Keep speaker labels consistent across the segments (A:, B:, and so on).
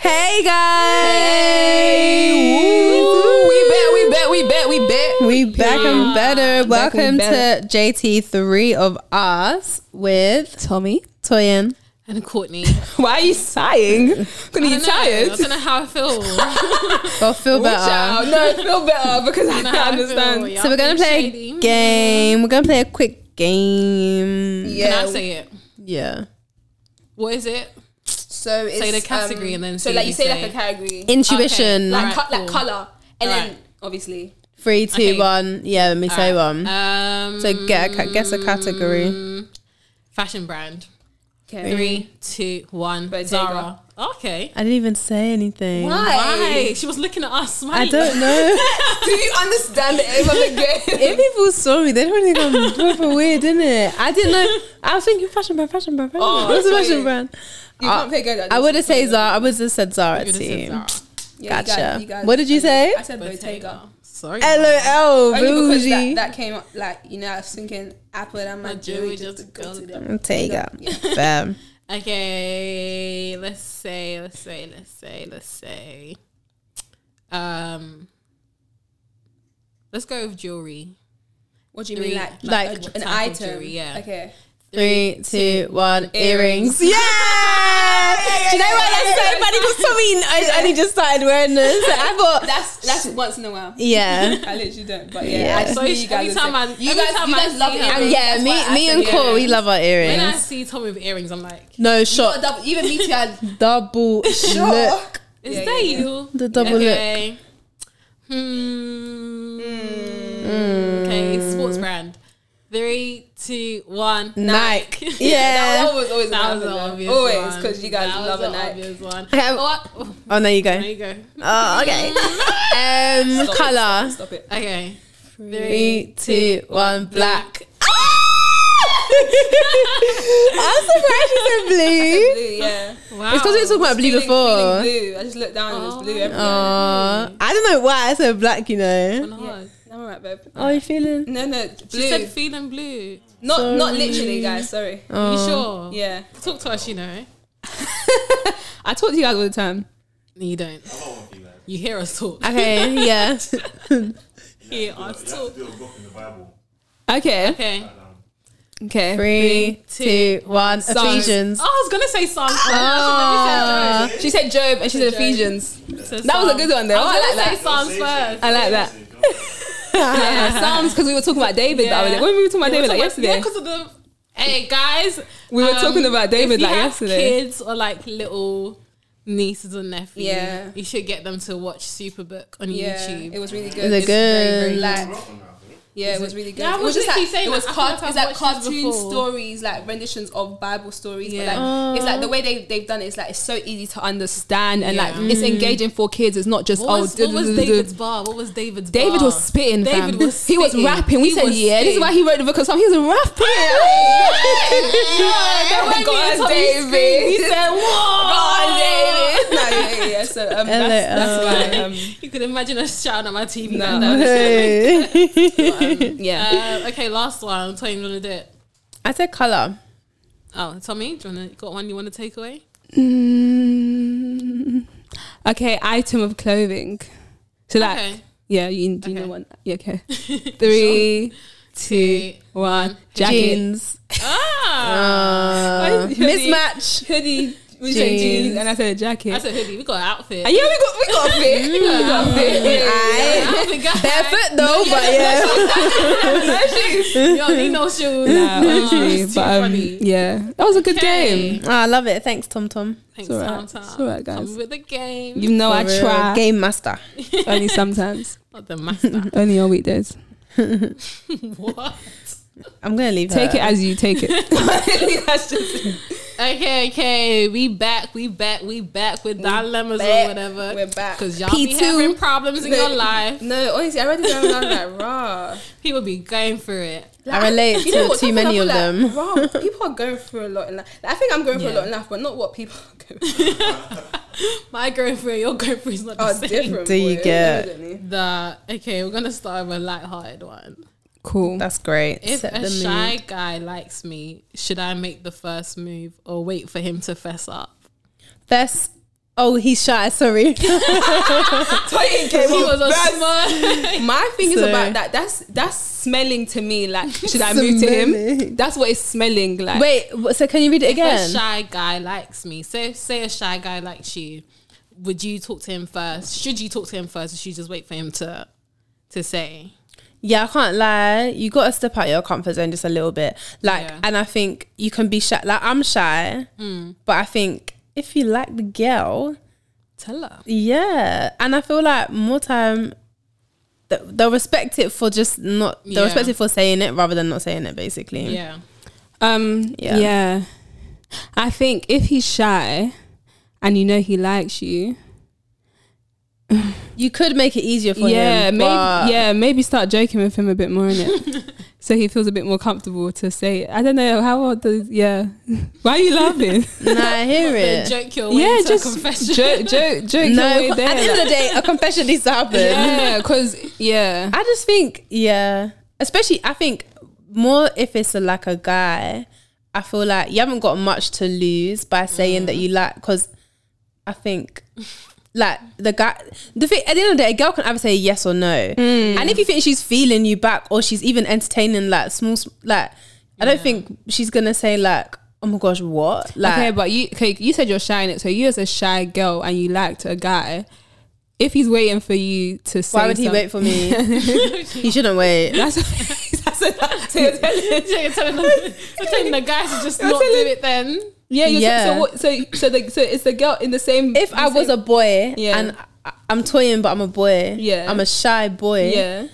A: Hey guys!
B: Ooh, we bet, we bet, we bet, we bet.
A: We back and better.
B: Back
A: Welcome
B: and better.
A: to JT three of us with
B: Tommy.
A: Toyin.
C: and Courtney.
B: Why are you sighing? Because
C: I
B: you
C: don't know. I
B: tired?
C: don't know how I feel.
A: Well, feel better.
B: Child, no, I feel better because I
C: Nah,
B: can
C: I feel
B: understand.
C: y'all
A: So we're gonna
C: being
A: play
C: shady.
A: a game. We're gonna play a quick game.
B: Yeah.
C: Can I say it?
A: Yeah.
C: What is it?
B: So it's, um,
C: the category and then
B: so
C: see
B: like
C: what
B: you
C: you
B: say
C: say.
B: like a category,
A: Intuition.
C: Alright,
B: like co- like
C: cool.
B: color, and then
C: Alright.
B: obviously
A: Three, two, one.
C: Okay.
A: Yeah, let me say one.
C: Um,
A: so get a, ca- guess a category.
B: Um,
C: fashion brand.
B: okay.
C: Three,
B: Mm.
C: two, one.
B: Bottega.
C: Zara. Okay.
A: I didn't even say anything.
B: Why?
C: Why? She was looking at us.
A: I
C: smiling.
A: don't know.
B: Do you understand the aim of the game?
A: if people saw me, they don't think I'm proper weird, didn't it? I didn't know. I was thinking fashion brand, fashion brand, fashion
B: Oh,
A: brand. What's a
B: sorry.
A: fashion brand?
B: You
A: I-
B: can't play good at
A: Uh, I
B: this.
A: would have said Zara. I would have said Zara
C: Could've
A: too.
C: said Zara.
B: Yeah, you guys-
A: Gotcha.
B: you guys-
A: What did you
B: I
A: say?
B: I said Bottega.
C: Sorry.
A: LOL,
B: Only because that,
A: bougie.
B: that came up, like you know, I was thinking Apple and my
C: My jewelry
B: jewelry just to
C: just
B: go
C: goes
B: to
C: to
B: them.
A: Bottega. Fam.
C: Okay. Let's say. Let's say. Let's say. Let's say. Um. Let's go with jewelry.
B: What do you
C: Three,
B: mean, like
A: like,
B: like
C: what
B: an
C: type of
B: item?
C: jewelry, yeah.
B: Okay.
A: Three, two, one. Earrings.
B: Earrings.
A: Yeah. Do you know why that's so funny? Because Tommy I only just started wearing this. I thought.
B: That's that's once in a while.
A: Yeah.
B: I literally don't, but yeah,
A: Yeah.
B: I just
C: So
B: knew
C: it's
B: you
C: every
B: guys. would
C: time
B: say-
C: I-
B: you
C: every
B: guys,
C: time
B: you
C: I
B: guys love
C: see
B: it.
C: her-
B: and
A: Yeah.
B: that's why
A: Me,
B: I
A: me,
B: said
A: and Cole, we
B: earrings.
A: love our
C: When I
A: earrings.
C: see Tommy with earrings, I'm like,
A: No
B: Not
A: shot.
B: double- even me too. I-
A: Double look.
C: is
B: Yeah,
C: that
B: yeah, yeah.
C: you?
A: The double
C: okay. Hmm.
A: Hmm.
C: Okay, sports brand. Three, two, one.
A: Nike.
C: Nike.
B: That
A: Yeah.
B: one was always
C: that was
B: an
C: an
B: obvious
C: obvious
B: one. Always,
C: one.
B: because you guys
C: That was
B: love a
C: an
B: night.
C: obvious one.
A: Okay.
C: Oh, oh,
A: Oh, there you
C: there
A: go.
C: you go.
A: Oh, okay. Um,
B: Stop it,
A: color.
B: Stop it.
C: Okay.
A: Three, two, one. Black.
C: black.
B: Ah!
A: I'm surprised you said blue.
B: Blue, yeah.
C: Wow.
A: It's because we were talking about blue
B: Feeling- feeling
A: before.
B: blue. I just looked down and it was blue. everywhere.
A: Aw. I don't know why I said black, you know.
C: Hard.
B: I'm alright, babe.
A: Are you feeling?
B: No, no,
C: She said
B: blue.
C: feeling blue.
B: Not not
A: Sorry.
B: literally, guys. Sorry.
C: you
A: Uh,
C: sure?
B: Yeah.
C: Talk to us, you know.
B: I talk to you guys all the time.
C: No, You don't. You hear us talk.
A: Okay, yeah.
C: hear us
D: You have
C: talk.
D: to do a book in the Bible.
B: Okay.
C: Okay.
B: Okay.
A: Three,
C: Three,
A: two, one.
B: Sorry.
A: Ephesians.
C: Oh, I was gonna say Psalms.
A: Ah.
B: She said Job and she said
C: Job.
B: Ephesians.
C: that
B: That was a good one, though.
C: I was
B: Oh, I
C: gonna
B: like
C: say
B: that.
C: Psalms
D: Say
C: first.
D: it.
B: I like that.
D: Say it.
B: Yeah, Psalms because we were talking about David the other day. When we were talking about David like yesterday,
C: because of the. Hey guys, um,
B: We were talking about David,
C: if you
B: like,
C: have
B: yesterday.
C: Kids or like little nieces and nephews.
B: Yeah.
C: you should get them to watch Superbook on YouTube.
B: it was really
A: Is
B: good.
A: it
B: It's very, very
A: good?
B: light. Yeah,
C: Is
B: it was
C: it-
B: really good.
C: Yeah, I
B: it
C: was
B: just
C: literally
B: like
C: saying
B: it
C: that.
B: was
C: I feel
B: car-
C: like I've
B: it's like
C: watched this
B: cartoon
C: before.
B: stories, like renditions of Bible stories.
C: Yeah.
B: But like it's like the way they they've done it. It's like it's so easy to understand and
C: Yeah.
B: like it's engaging for kids. It's not just
C: What
B: oh.
C: was,
B: duh,
C: what
B: duh,
C: was
B: duh, duh, duh.
C: David's bar? What was David's
B: David
C: bar?
B: was spitting.
C: Oh, David
B: fam.
C: was
B: he was
C: spitting.
B: rapping. We
C: He
B: said
C: was
B: yeah. This is why he wrote the book of song. He was rapping.
C: Yeah,
B: Oh my
C: when
B: God,
C: he told me he
B: David.
C: screamed, He said,
B: Oh,
C: "Whoa,
B: David. No, yeah, yeah, yeah. So um, that's, that's why. Um,
C: You could imagine us shouting at my TV.
B: No.
C: like that.
A: Hey.
B: yeah.
C: Uh, okay, last one. Tommy, you wanna do it?
A: I said color.
C: Oh, Tommy, do you wanna got one you wanna take away?
B: Mm, okay, item of clothing. So like,
C: Okay.
B: yeah, you, do you
C: Okay.
B: know one? Yeah, okay. Three, two, one. Jacket,
A: Jeans.
C: Ah,
B: Um,
A: Uh,
B: Why is your name-
A: mismatch.
B: hoodie. We said
A: Jeans.
B: jeans, and I said jacket.
C: that's a hoodie. We got an outfit.
B: And yeah, we got we got a fit. we got a fit.
A: Aye.
C: Outfit, guys.
A: Barefoot though, but yeah.
C: You don't need no shoes.
B: Nah, honestly,
C: It's too
B: but um,
C: funny.
B: yeah, that was a good
C: Okay.
B: game.
A: Oh, I love it. Thanks, Tom Tom.
C: Thanks,
B: all right.
C: Tom. Tom.
B: It's all right, guys.
C: Come with the game.
B: You know I
A: For real.
B: try
A: Game master.
B: only sometimes,
C: Not the master.
B: only on weekdays.
C: what?
A: I'm gonna leave.
B: Take
A: her.
B: it as you take it. That's just
C: Okay, okay. We back. We back. We back with dilemmas
B: back.
C: or whatever.
B: We're back.
C: Because y'all be
A: P2.
C: having problems in your life.
B: No, honestly, I read it down and I was like, rah.
C: People be going for it.
A: I relate
B: You know
A: to
B: what?
A: too
B: Sometimes
A: many
B: I
A: of
B: feel
A: them.
B: like, rah, people are going through a lot in life. Like, I think I'm going through a
C: Yeah.
B: lot in life, but not what people are going through
C: My going for it. Your going for it is not the
B: are
C: same.
B: Oh, different.
A: Do you
B: boy,
A: get-
B: evidently.
C: The okay, we're gonna start with a light-hearted one.
B: Cool.
A: That's great.
C: If
A: Set
C: a
A: the
C: shy
A: mood.
C: guy likes me, should I make the first move or wait for him to fess up?
A: Fess Oh, he's shy. Sorry.
D: Toyin came
C: He
D: off
C: was a
D: best.
C: smart.
D: My thing is
A: So-
D: about that. That's that's smelling to me. Like, should I move to him?
A: Smelling.
D: That's what it's smelling like.
A: Wait. wh- So can you read it
C: If a
A: again?
C: shy guy likes me, say say a shy guy likes you, would you talk to him first? Should you talk to him first, or should you just wait for him to to say?
A: Yeah, I can't lie. You got to step out your comfort zone just a little bit. Like,
C: Yeah.
A: and I think you can be shy. Like, I'm shy,
C: Hmm.
A: but I think if you like the girl,
C: Tell her.
A: yeah. And I feel like more time, th- they'll respect it for just not, they'll
C: Yeah.
A: respect it for saying it rather than not saying it, basically.
C: Yeah.
B: Um,
A: Yeah.
B: yeah. I think if he's shy and you know he likes you,
A: You could make it easier for
B: yeah,
A: him.
B: maybe
A: but-
B: yeah, maybe start joking with him a bit more in it. so he feels a bit more comfortable to say it. I don't know how old does yeah. Why are you laughing?
A: Nah, I hear
C: Then
A: it.
C: joke your way
B: yeah,
C: into a
B: just
C: confession.
B: joke joke joke
A: no,
B: your way
A: at the
B: there.
A: end of the day, a confession needs to happen.
B: yeah, because yeah.
A: I just think, yeah, especially I think more if it's a, like a guy, I feel like you haven't got much to lose by saying
B: Mm.
A: that you like, because I think. Like the guy, the thing at the end of the day, a girl can either say yes or no,
B: Mm.
A: and if you think she's feeling you back or she's even entertaining like small, sm- like I don't think she's gonna say like, oh my gosh, what? Like,
B: okay, but you okay, you said you're shy in it, so you as a shy girl and you liked a guy. If he's waiting for you to say
A: why would he
B: something-
A: wait for me? he shouldn't wait.
B: That's
C: You're telling the, you're telling the guys to just not do it then.
B: yeah, you're
A: Yeah.
B: So, what, so so the, so it's the girl in the same.
A: if I
B: the
A: was a
B: same-
A: boy
B: Yeah.
A: and I, I'm toying, but I'm a boy.
B: Yeah.
A: I'm a shy boy.
B: yeah,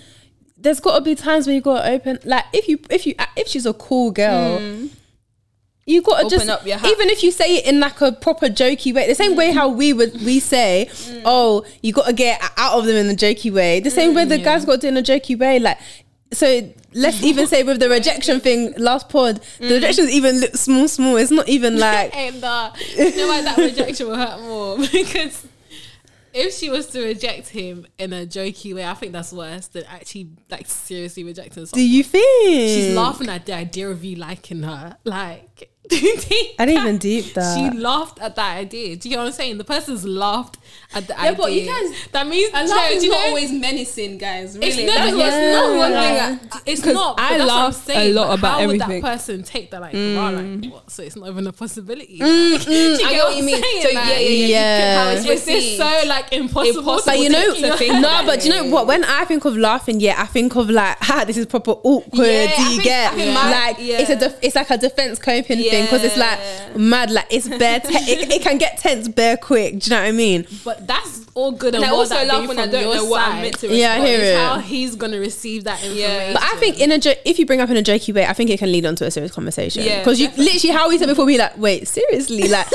A: There's got to be times where you got to open. Like if you if you if she's a cool girl. You gotta
D: Open
A: just
D: up your heart.
A: even if you say it in like a proper jokey way, the same way how we would we say, oh, you gotta get out of them in a jokey way. The same way the guys got to do in a jokey way. Like, so let's even say with the rejection thing last pod, the rejections even look small, small. It's not even like
C: And uh, you know why that rejection will hurt more because if she was to reject him in a jokey way, I think that's worse than actually like seriously rejecting
A: Do
C: someone.
A: you think
C: She's laughing at the idea of you liking her. Like,
A: I didn't even deep that.
C: She laughed at that idea. Do you know what I'm saying? The person's laughed at the idea.
D: but you guys-
C: That means
D: A
C: No,
D: laugh
C: do
D: is
C: you
D: not
C: know-
D: always menacing, guys. Really,
C: It's not. it's
D: That's what's
C: not
D: not
C: one
D: like
C: thing. that- It's not. but
B: I
C: that's what I'm
B: laugh a
C: saying,
B: lot
C: but
B: about
C: how
B: everything.
C: would that person take that? Like, wow,
A: Mm.
C: like what? So it's not even a possibility. get
D: I know
C: what
D: what you
C: I'm
D: mean.
C: saying?
D: So yeah, yeah, yeah. you
A: Yeah.
D: can- How it's
C: Is this
D: received.
C: so like impossible?
D: Impossible
A: But you
D: to
A: know,
D: keep your finger
A: no. But do you know
D: away.
A: what? When I think of laughing, yeah, I think of like, ha, this is proper awkward.
D: Yeah,
A: do
D: I
A: you
D: think- I
A: get
D: think my-
A: like
D: yeah.
A: it's a def- it's like a defense coping thing because it's like mad. Like it's bare. Te- it, it can get tense bare quick. Do you know what I mean?
C: But that's all good. And
D: And I
C: all
D: also
C: that
D: laugh
C: be
D: when I
C: from
D: don't
C: your
D: know what
C: side.
D: I'm meant to.
A: Yeah, I
D: respond.
A: hear
C: It's
A: it.
C: How he's gonna receive that information?
A: But I think in a jo- if you bring up in a jokey way, I think it can lead on to a serious conversation.
D: Yeah,
A: Because you literally, how we said before, we like, wait, seriously, like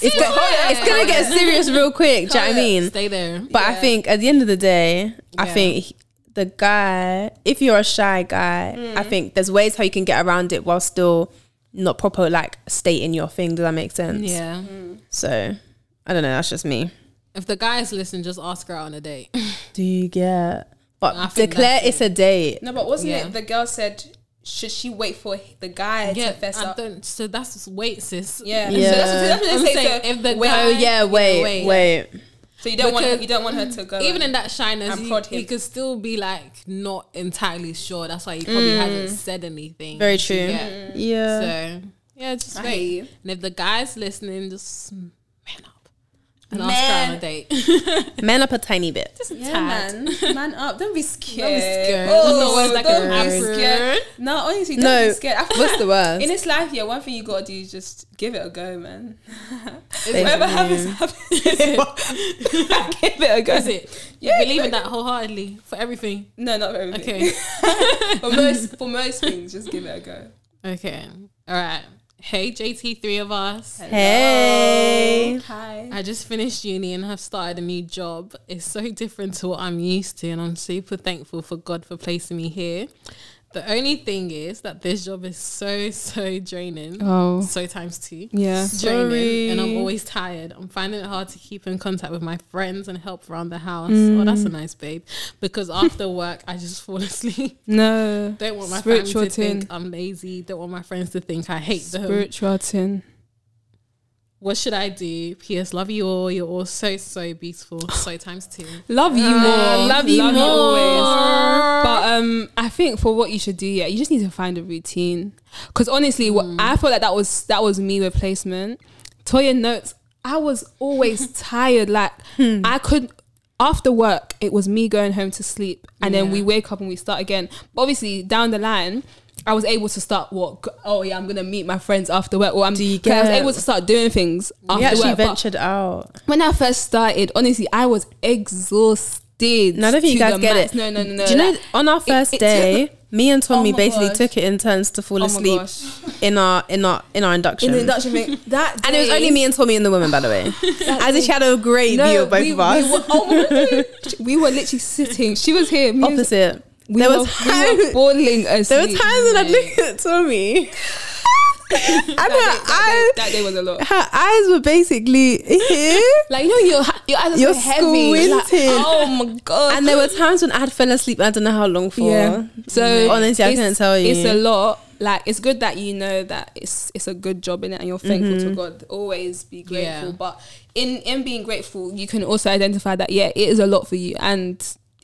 A: it's, go- it's gonna get serious real quick. Do you know what I mean?
C: stay there.
A: But I think at the end of the day, I think the guy, if you're a shy guy, I think there's ways how you can get around it while still not proper like stating your thing. Does that make sense?
C: Yeah.
A: So I don't know. That's just me.
C: If the guys listen, just ask her out on a date.
A: Do you get?
C: I
A: But
C: think
A: declare
C: that's
A: it's a date.
D: No, but wasn't
C: Yeah.
D: it the girl said? Should she wait for the guy to fess
C: I
D: up?
C: don't. So that's wait, sis.
D: Yeah.
A: Yeah.
D: So that's what, that's what
C: I'm
D: they say.
C: saying
D: so,
C: if the
D: wait,
C: guy-
A: Oh yeah, wait, wait.
C: wait.
D: so you don't want
C: because-
D: you don't want her to go.
C: even
D: and-
C: in that shyness,
D: and
C: you,
D: prod him.
C: you could still be like not entirely sure. That's why he probably
D: Mm.
C: hasn't said anything.
A: Very true.
C: Yeah.
A: Yeah.
C: So yeah, just
D: I
C: wait.
D: hear you.
C: And if the guy's listening, just man up and ask her
D: Man.
C: on a date.
A: Man up a tiny bit.
C: just
D: yeah,
C: tad.
D: man, man up. Don't be scared.
C: Don't be scared.
D: Oh,
C: Otherwise, like,
D: don't
C: I'm
D: be scared.
C: scared.
D: No, honestly, don't
A: No,
D: be scared. I feel
A: what's
D: like
A: the worst?
D: In this life, yeah, one thing you gotta do is just give it a go, man.
A: Basically.
D: Whatever happens, happens. give it a go.
C: Is it? You
D: Yeah,
C: believe in that wholeheartedly for everything.
D: No, not very.
C: Okay.
D: for most, for most things, just give it a go.
C: okay. All right. Hey, JT, three of us.
A: Hey.
D: Hi.
C: I just finished uni and have started a new job. It's so different to what I'm used to, and I'm super thankful for God for placing me here. The only thing is that this job is so, so draining.
B: Oh.
C: So times two.
B: Yeah.
C: It's draining, and I'm always tired. I'm finding it hard to keep in contact with my friends and help around the house.
B: Mm.
C: Oh, that's a nice babe. Because after work, I just fall asleep.
B: no
C: Don't want my
B: Spiritual
C: family to
B: tin.
C: think I'm lazy. Don't want my friends to think I hate them.
B: spiritual tin.
C: What should I do? P.S. Love you all. You're all so so beautiful. So times two.
B: Love you more.
A: Ah, love you more.
B: always. But um, I think for what you should do, yeah, you just need to find a routine. Because honestly, what
A: Hmm.
B: I felt like that was that was me with placement. Toya notes, I was always tired. Like
A: Hmm.
B: I could after work, it was me going home to sleep, and then we wake up and we start again. But obviously, down the line. I was able to start what? g- Oh yeah, I'm gonna meet my friends after work. Or I'm.
A: Do you
B: 'cause I was
A: get-
B: able to start doing things Oh. after
A: we actually
B: work. but-
A: ventured out.
B: when I first started, honestly, I was exhausted.
A: None of you
B: to
A: guys
B: the
A: get
B: max.
A: it.
B: No, no, no, no.
A: Do you know
B: like-
A: on our first
B: it Oh
A: day, me and Tommy
B: my
A: basically
B: gosh.
A: took it in turns to fall
B: oh my
A: asleep
B: gosh.
A: in our in our in our induction.
B: In the induction thing, that
A: and it was
B: day-
A: only me and Tommy and the women, by the way. As if she had a great view of both
B: we,
A: of us.
B: We were, oh my God. we were literally sitting. She was here. me and-
A: Opposite.
B: We
A: there
B: were,
A: was
B: we
A: times,
B: were bawling asleep.
A: there were times when I'd look at Tommy, and her
B: that, day,
A: eyes,
B: that day was a lot.
A: her eyes were basically here.
B: Like you know, your your eyes are
A: You're
B: so heavy. Like,
A: squinting.
B: oh my god!
A: And there were times when I'd fell asleep. I don't know how long for.
B: Yeah. So
A: honestly, I
B: it's-
A: couldn't tell you.
B: It's a lot. Like it's good that you know that it's it's a good job in it, and you're thankful
A: Mm-hmm.
B: to God. Always be grateful.
C: Yeah.
B: But in in being grateful, you can also identify that yeah, it is a lot for you, and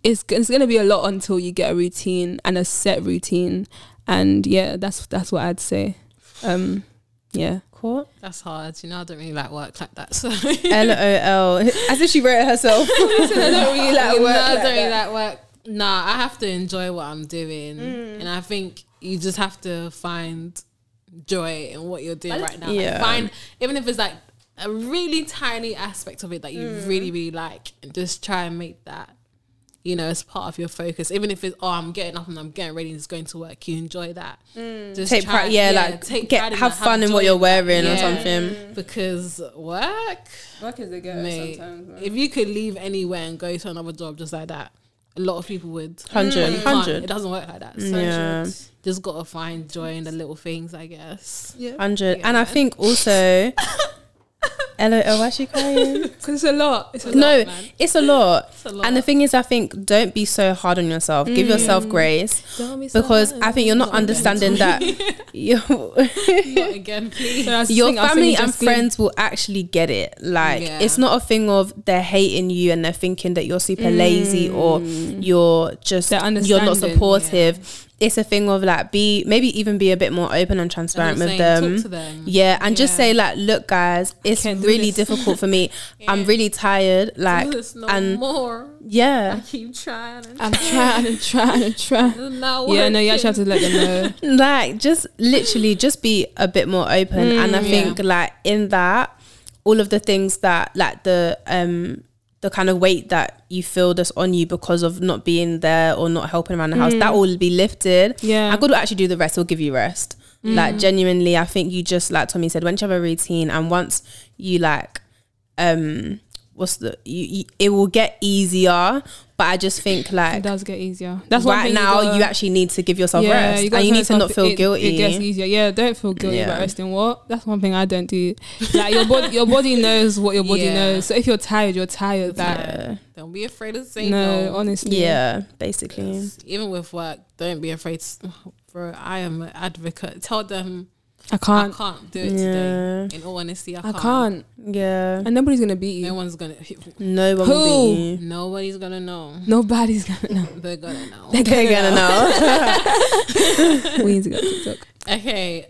B: it's g- it's gonna be a lot until you get a routine and a set routine. And yeah, that's that's what I'd say. Um, yeah.
A: Court.
C: That's hard. You know, I don't really like work like that. So
A: L O L. As if she wrote it herself.
B: I don't really like
C: no,
B: work
C: I
B: like
C: don't really
B: that.
C: like work. Nah, I have to enjoy what I'm doing, and I think you just have to find joy in what you're doing right now. Like,
A: Yeah.
C: find even if it's like a really tiny aspect of it that you really really like, and just try and make that. You know, as part of your focus, even if it's oh, I'm getting up and I'm getting ready and just going to work, you enjoy that. Just
A: take
C: try-
A: pride. Yeah, like get
C: pride in
A: have
C: that,
A: fun in
C: joy
A: what you're wearing
C: Yeah.
A: or something.
C: because work
B: Work is a girl
C: Mate,
B: sometimes. man.
C: if you could leave anywhere and go to another job just like that, a lot of people would.
A: Hundred,
C: But you can't.
A: hundred.
C: It doesn't work like that. So
A: Yeah.
C: just gotta find joy in the little things, I guess.
A: Hundred. And I think also. L O L. Why is she crying?
B: 'Cause it's a lot. It's a lot.
A: no,
C: man.
A: it's a lot.
C: It's a lot.
A: And the thing is, I think don't be so hard on yourself. Give yourself
C: Mm.
A: grace
B: Don't be so
A: because
B: hard.
A: I think you're not understanding that your
C: Not again, please.
B: So I was
A: your
B: singing- I was
A: family
B: singing
A: and
B: Justine.
A: friends will actually get it. Like
C: Yeah.
A: it's not a thing of they're hating you and they're thinking that you're super lazy or you're just
B: They're
A: you're not
B: understanding, yeah.
A: supportive. It's a thing of like be maybe even be a bit more open and transparent with
C: saying,
A: them.
C: talk to them.
A: Yeah, and just
C: Yeah.
A: say like, look, guys, it's
B: can't do
A: really
B: this.
A: difficult for me. I'm really tired. Like,
C: Do this no
A: and
C: more. I
A: yeah,
C: keep trying and
B: I'm trying and trying and trying.
C: it's not
B: Yeah, no, you
C: working.
B: actually have to let them know.
A: like just literally just be a bit more open and i think like in that all of the things that like the um the kind of weight that you feel that's on you because of not being there or not helping around the house that will be lifted
B: Yeah.
A: and god will actually do the rest will give you rest like genuinely i think you just like tommy said once you have a routine and once you like um what's the you, you it will get easier but i just think
B: It
A: like
B: does get easier. That's one
A: right
B: thing
A: now
B: gotta-
A: you actually need to give yourself
B: Yeah,
A: rest
B: gotta
A: and you
B: tell
A: need to not
B: yourself
A: feel
B: it-
A: guilty
B: It gets easier. Yeah, don't feel guilty
A: Yeah.
B: about resting. What? That's one thing I don't do. Like your body, your body knows what your body
C: Yeah.
B: knows. So if you're tired, you're tired. That
A: yeah.
C: Don't be afraid to say
B: no,
C: no.
B: honestly,
A: yeah basically
C: Even with work, don't be afraid to, bro, I am an advocate. Tell them
B: I can't.
C: I can't do it today. In all honesty, I
B: I
C: can't.
B: can't.
A: yeah
B: And nobody's gonna beat
C: No
B: you.
C: one's gonna
A: no one will
B: Who?
A: be
C: nobody's gonna know.
B: Nobody's gonna.
C: They're gonna know.
A: they're gonna know
B: No. we need to go to TikTok.
C: Okay.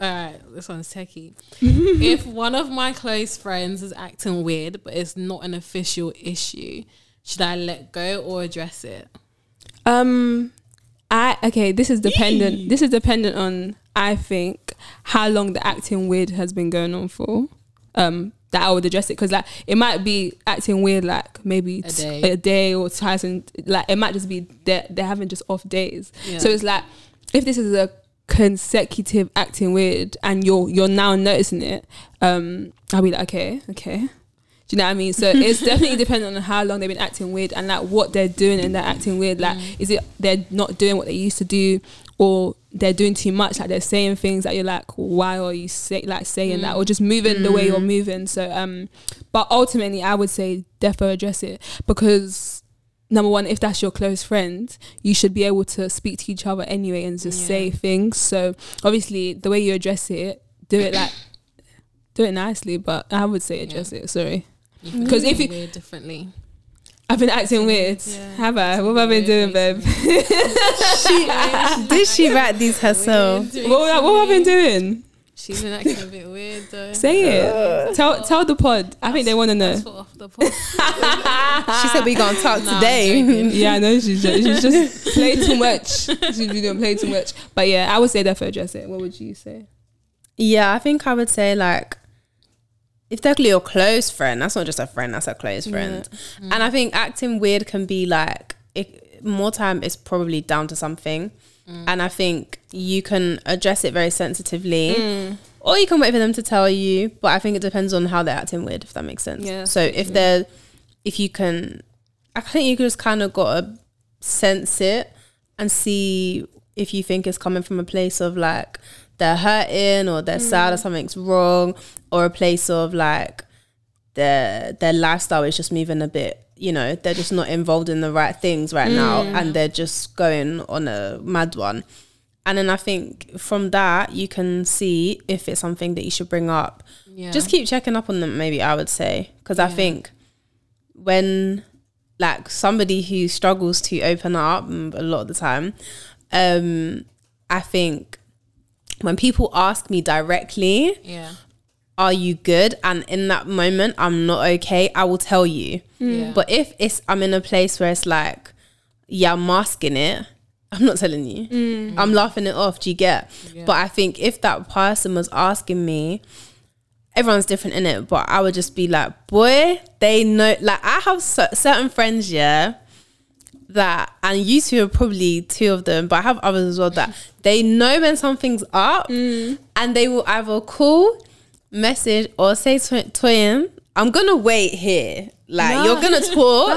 C: All right, this one's techie. if one of my close friends is acting weird, but it's not an official issue, should I let go or address it?
B: Um, I okay. This is dependent. This is dependent on I think how long the acting weird has been going on for. Um, that I would address it because like it might be acting weird like maybe
C: A
B: t-
C: day.
B: a day or twice and like it might just be they're, they're having just off days.
C: Yeah.
B: So it's like if this is a consecutive acting weird and you're you're now noticing it, um, I'll be like okay, okay. Do you know what I mean? So it's definitely dependent on how long they've been acting weird and like what they're doing and they're acting weird. Like, is it they're not doing what they used to do, or they're doing too much? Like they're saying things that you're like, why are you say, like saying that, or just moving the way you're moving? So, um, but ultimately, I would say defo address it because number one, if that's your close friend, you should be able to speak to each other anyway and just
C: Yeah.
B: say things. So obviously, the way you address it, do it like do it nicely, but I would say address it. Sorry,
C: Because if
B: you-
C: you differently,
B: I've been acting weird.
C: Yeah.
B: Have I? What have I been doing, babe?
A: she, did she write these herself?
C: Doing
B: What, what have I been doing?
C: She's been acting a bit weird though.
B: Say
A: Uh.
B: it. Tell tell the pod. I think they want to know.
C: That's what off the pod.
A: She said we gonna talk
C: Nah, I'm
A: today.
C: joking.
B: Mm, Yeah, I know she's just, she's just played too much. She's doing play too much. But yeah, I would say that for address it. What would you say?
A: yeah, I think I would say like if they're your close friend, that's not just a friend, that's a close friend.
B: Mm.
A: And I think acting weird can be like it, more time is probably down to something.
B: Mm.
A: And I think you can address it very sensitively.
B: Mm.
A: Or you can wait for them to tell you, but I think it depends on how they're acting weird, if that makes sense.
B: Yeah.
A: So if they're, if you can, I think you just kind of gotta sense it and see if you think it's coming from a place of like they're hurting or they're sad or something's wrong, or a place of like their their lifestyle is just moving a bit. You know, they're just not involved in the right things right now, and they're just going on a mad one. And then I think from that you can see if it's something that you should bring up.
C: Yeah.
A: Just keep checking up on them. Maybe I would say because I
C: Yeah.
A: think when like somebody who struggles to open up mm, a lot of the time, um, I think when people ask me directly,
C: Yeah.
A: are you good? And in that moment, I'm not okay. I will tell you.
C: Yeah.
A: But if it's I'm in a place where it's like, yeah, I'm masking it. I'm not telling you. I'm laughing it off. Do you get? But I think if that person was asking me, everyone's different in it. But I would just be like, boy, they know. Like I have cer- certain friends, yeah, that and you two are probably two of them, but I have others as well that they know when something's up,
B: Mm.
A: and they will either call, message, or say to to him, "I'm gonna wait here." Like you're gonna talk,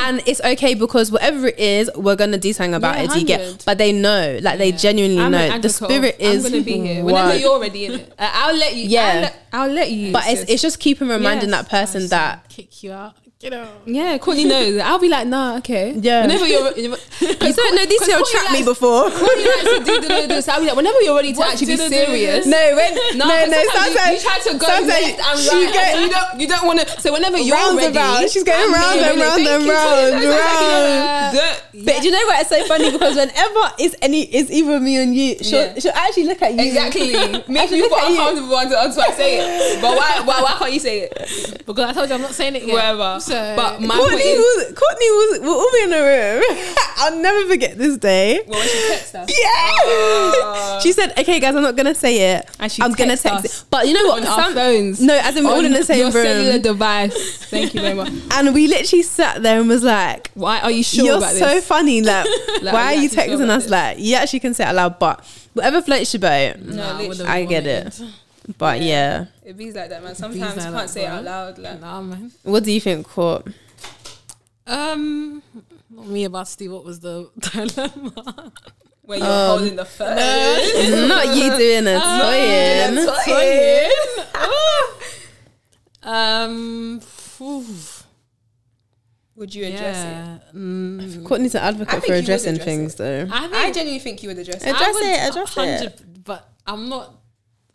A: and it's okay because whatever it is, we're gonna do something about
B: Yeah,
A: it. Do you get?
B: 100.
A: But they know, like they genuinely
B: I'm an
A: know. The
B: advocate of,
A: spirit is
B: I'm gonna be here whenever
A: one.
B: you're already in it. I- I'll let you.
A: Yeah.
B: I'll let, I'll let you.
A: But it's,
B: sis.
A: it's just keeping reminding
B: Yes.
A: that person that
C: kick you out. Get out.
B: yeah, Courtney knows. I'll be like, nah, okay.
A: Yeah.
B: Whenever you're, you
A: you don't know these people trapped me before.
B: Courtney likes to do the- the- this. I'll be like, whenever you're ready to
C: What
B: actually be
C: did I do?
B: serious.
A: No, when no, no,
B: sometimes
A: sometimes
B: you, you try to go
A: sometimes
B: left and
A: she
B: right.
A: go-
B: and you don't, you don't want to. So whenever you're ready,
A: Roundabout. She's going
B: I'm
A: round and
B: ready.
A: round
B: Thank
A: and
B: you, Courtney.
A: round,
B: That's exactly
A: round.
B: what I-
A: But do you know what? It's so funny because whenever it's any, it's either me and you. She'll,
B: Yeah.
A: she'll actually look at you.
B: Exactly. Make you feel uncomfortable until, until I say it. But why, why, why can't you say it?
C: Because I told you I'm not saying it yet.
B: Whatever.
C: So,
B: But my
A: Courtney
B: point is,
A: was, Courtney was, we'll all be in a room. I'll never forget this day.
B: well, when she texts us,
A: Yeah. she said, "Okay, guys, I'm not gonna say it.
B: And she
A: I'm gonna
B: text
A: text
B: us
A: it." But you know what?
B: on our
A: Some-
B: phones.
A: No, as in we're all
B: on
A: in the same
B: your
A: room,
B: cellular device. Thank you very much.
A: and we literally sat there and was like,
B: Why are you sure
A: You're
B: about
A: so
B: this?
A: funny. Like,
B: Like,
A: why are
B: are you
A: you
B: actually sure
A: texting
B: about
A: us?
B: this?
A: Like, you actually can say it out loud, but whatever floats your boat.
B: No,
C: Nah, I would've
A: I get
C: wanted.
A: But yeah.
B: It be like that, man.
C: Bees
B: Sometimes you
C: like
B: can't
C: that,
B: say it out
C: bro.
B: loud. Like,
C: Nah, man.
A: What do you think, Court?
C: Um, not me about Steve. What was the dilemma?
B: when you're
A: Um,
B: holding the phone.
A: Not you doing a toying.
C: um, phew.
B: Would you address it?
C: yeah. Mm.
A: Courtney's an
B: I
A: advocate
B: think
A: for
B: you would
A: addressing
B: address
A: things, though.
C: I
B: I
C: think
B: genuinely think you would address
C: I
B: it.
A: Address
C: would
A: it, address it.
C: 100 But I'm not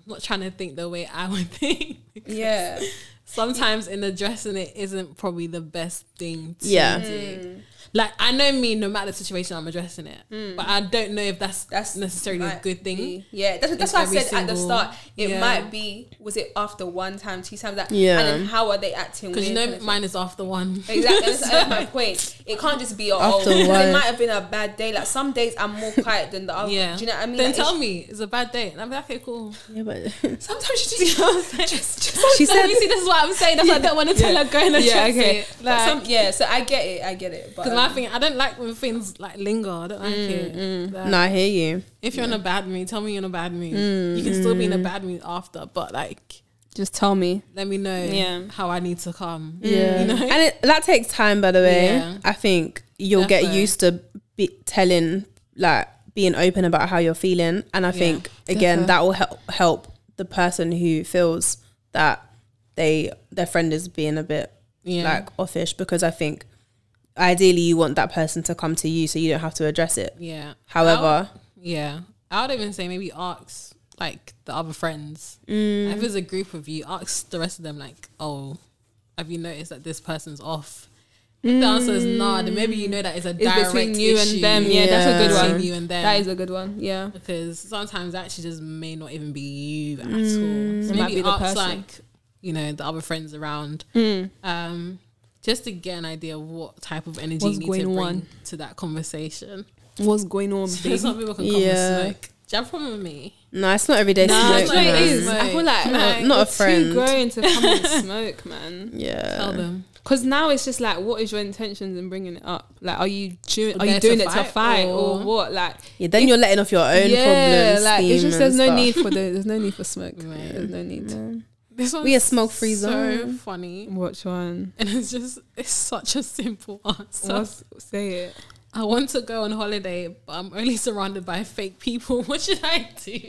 C: not trying to think the way I would think.
B: Yeah.
C: Sometimes in addressing it isn't probably the best thing to
A: Yeah.
B: Mm.
C: do. Like I know me, no matter the situation, I'm addressing it. But I don't know if that's that's necessarily a
B: might
C: good thing.
B: be- Yeah, that's, that's
C: It's
B: why I
C: every
B: said at the
C: single-
B: start. It
C: yeah.
B: might be. Was it after one time, two times? That
A: Yeah.
B: And then how are they acting?
C: Because you
B: weird
C: know
B: kind of
C: mine is after one.
B: thing? Exactly. That's, that's my point. It can't just be oh,
A: After
B: oh, 'cause
A: one.
B: it might have been a bad day. Like some days I'm more quiet than the other.
C: Yeah.
B: Oh, Do you know what I mean?
C: Then
B: Like,
C: tell
B: it's-
C: me it's a bad day. And I'm like, okay, cool.
A: Yeah, but
B: Sometimes you just. just, just
A: she
C: So
A: said,
C: you see, this is what I'm saying. That's why I don't want to tell her go and address
B: yeah, okay.
C: it.
B: But some, yeah, so I get it. I get it. But
C: Because
B: um,
C: my thing, I don't like when things like linger. I don't
B: Mm,
C: like it. Like,
A: "No, I hear you.
C: If you're in a bad mood, tell me you're in a bad mood. you can still be in a bad mood after, but like,
B: Mm. just tell me.
C: let me know
B: Yeah.
C: how I need to come.
A: Yeah,
C: You know?
A: and it, that takes time. By the way,
C: Yeah.
A: I think you'll get
C: Effort.
A: used to be telling, like, being open about how you're feeling, and I think again that will help help the person who feels that they their friend is being a bit
C: Yeah.
A: like offish because I think ideally you want that person to come to you so you don't have to address it.
C: yeah.
A: However,
C: Yeah. I would even say maybe ask. like the other friends.
B: Mm.
C: If there's a group of you, ask the rest of them like, oh, have you noticed that this person's off? If the answer is no, then maybe you know that it's a
B: It's
C: direct
B: between you
C: issue
B: and them. Yeah, that's a good
A: Yeah.
B: one.
C: Between you and them.
B: That is a good one. Yeah.
C: because sometimes that actually just may not even be you at all. So
B: Mm. It might
C: maybe
B: be the
C: ask
B: person. Mm.
C: like you know the other friends around, um, just to get an idea of what type of energy
B: What's
C: you need
B: going
C: to bring
B: on?
C: to that conversation.
B: What's going on,
C: So some people can come
A: Yeah.
C: and smoke. Do you have a problem with me?
A: No, it's not everyday
B: Nah,
A: smoke.
B: that's what it
A: man.
B: is. I feel like
A: Not-
C: Like,
A: not a
B: Too
A: friend.
B: grown to come and smoke, man.
A: Yeah.
C: Tell them.
B: Because now it's just like, what is your intentions in bringing it up? Like, are you doing? Are
C: There
B: you
C: to
B: doing it to
C: fight
B: fight or,
C: or-
B: what? Like,
A: Yeah, then you're letting off your own
B: yeah,
A: problems.
B: like it's
A: steam
B: just there's
A: and
B: no
A: stuff.
B: need for the there's no need for smoke.
C: Right.
B: There's no need. To.
C: This one's
A: We a smoke-free
C: So
A: zone.
C: funny,
B: Watch one.
C: and it's just it's such a simple answer.
B: What's, say it.
C: I want to go on holiday, but I'm only surrounded by fake people. What should I do?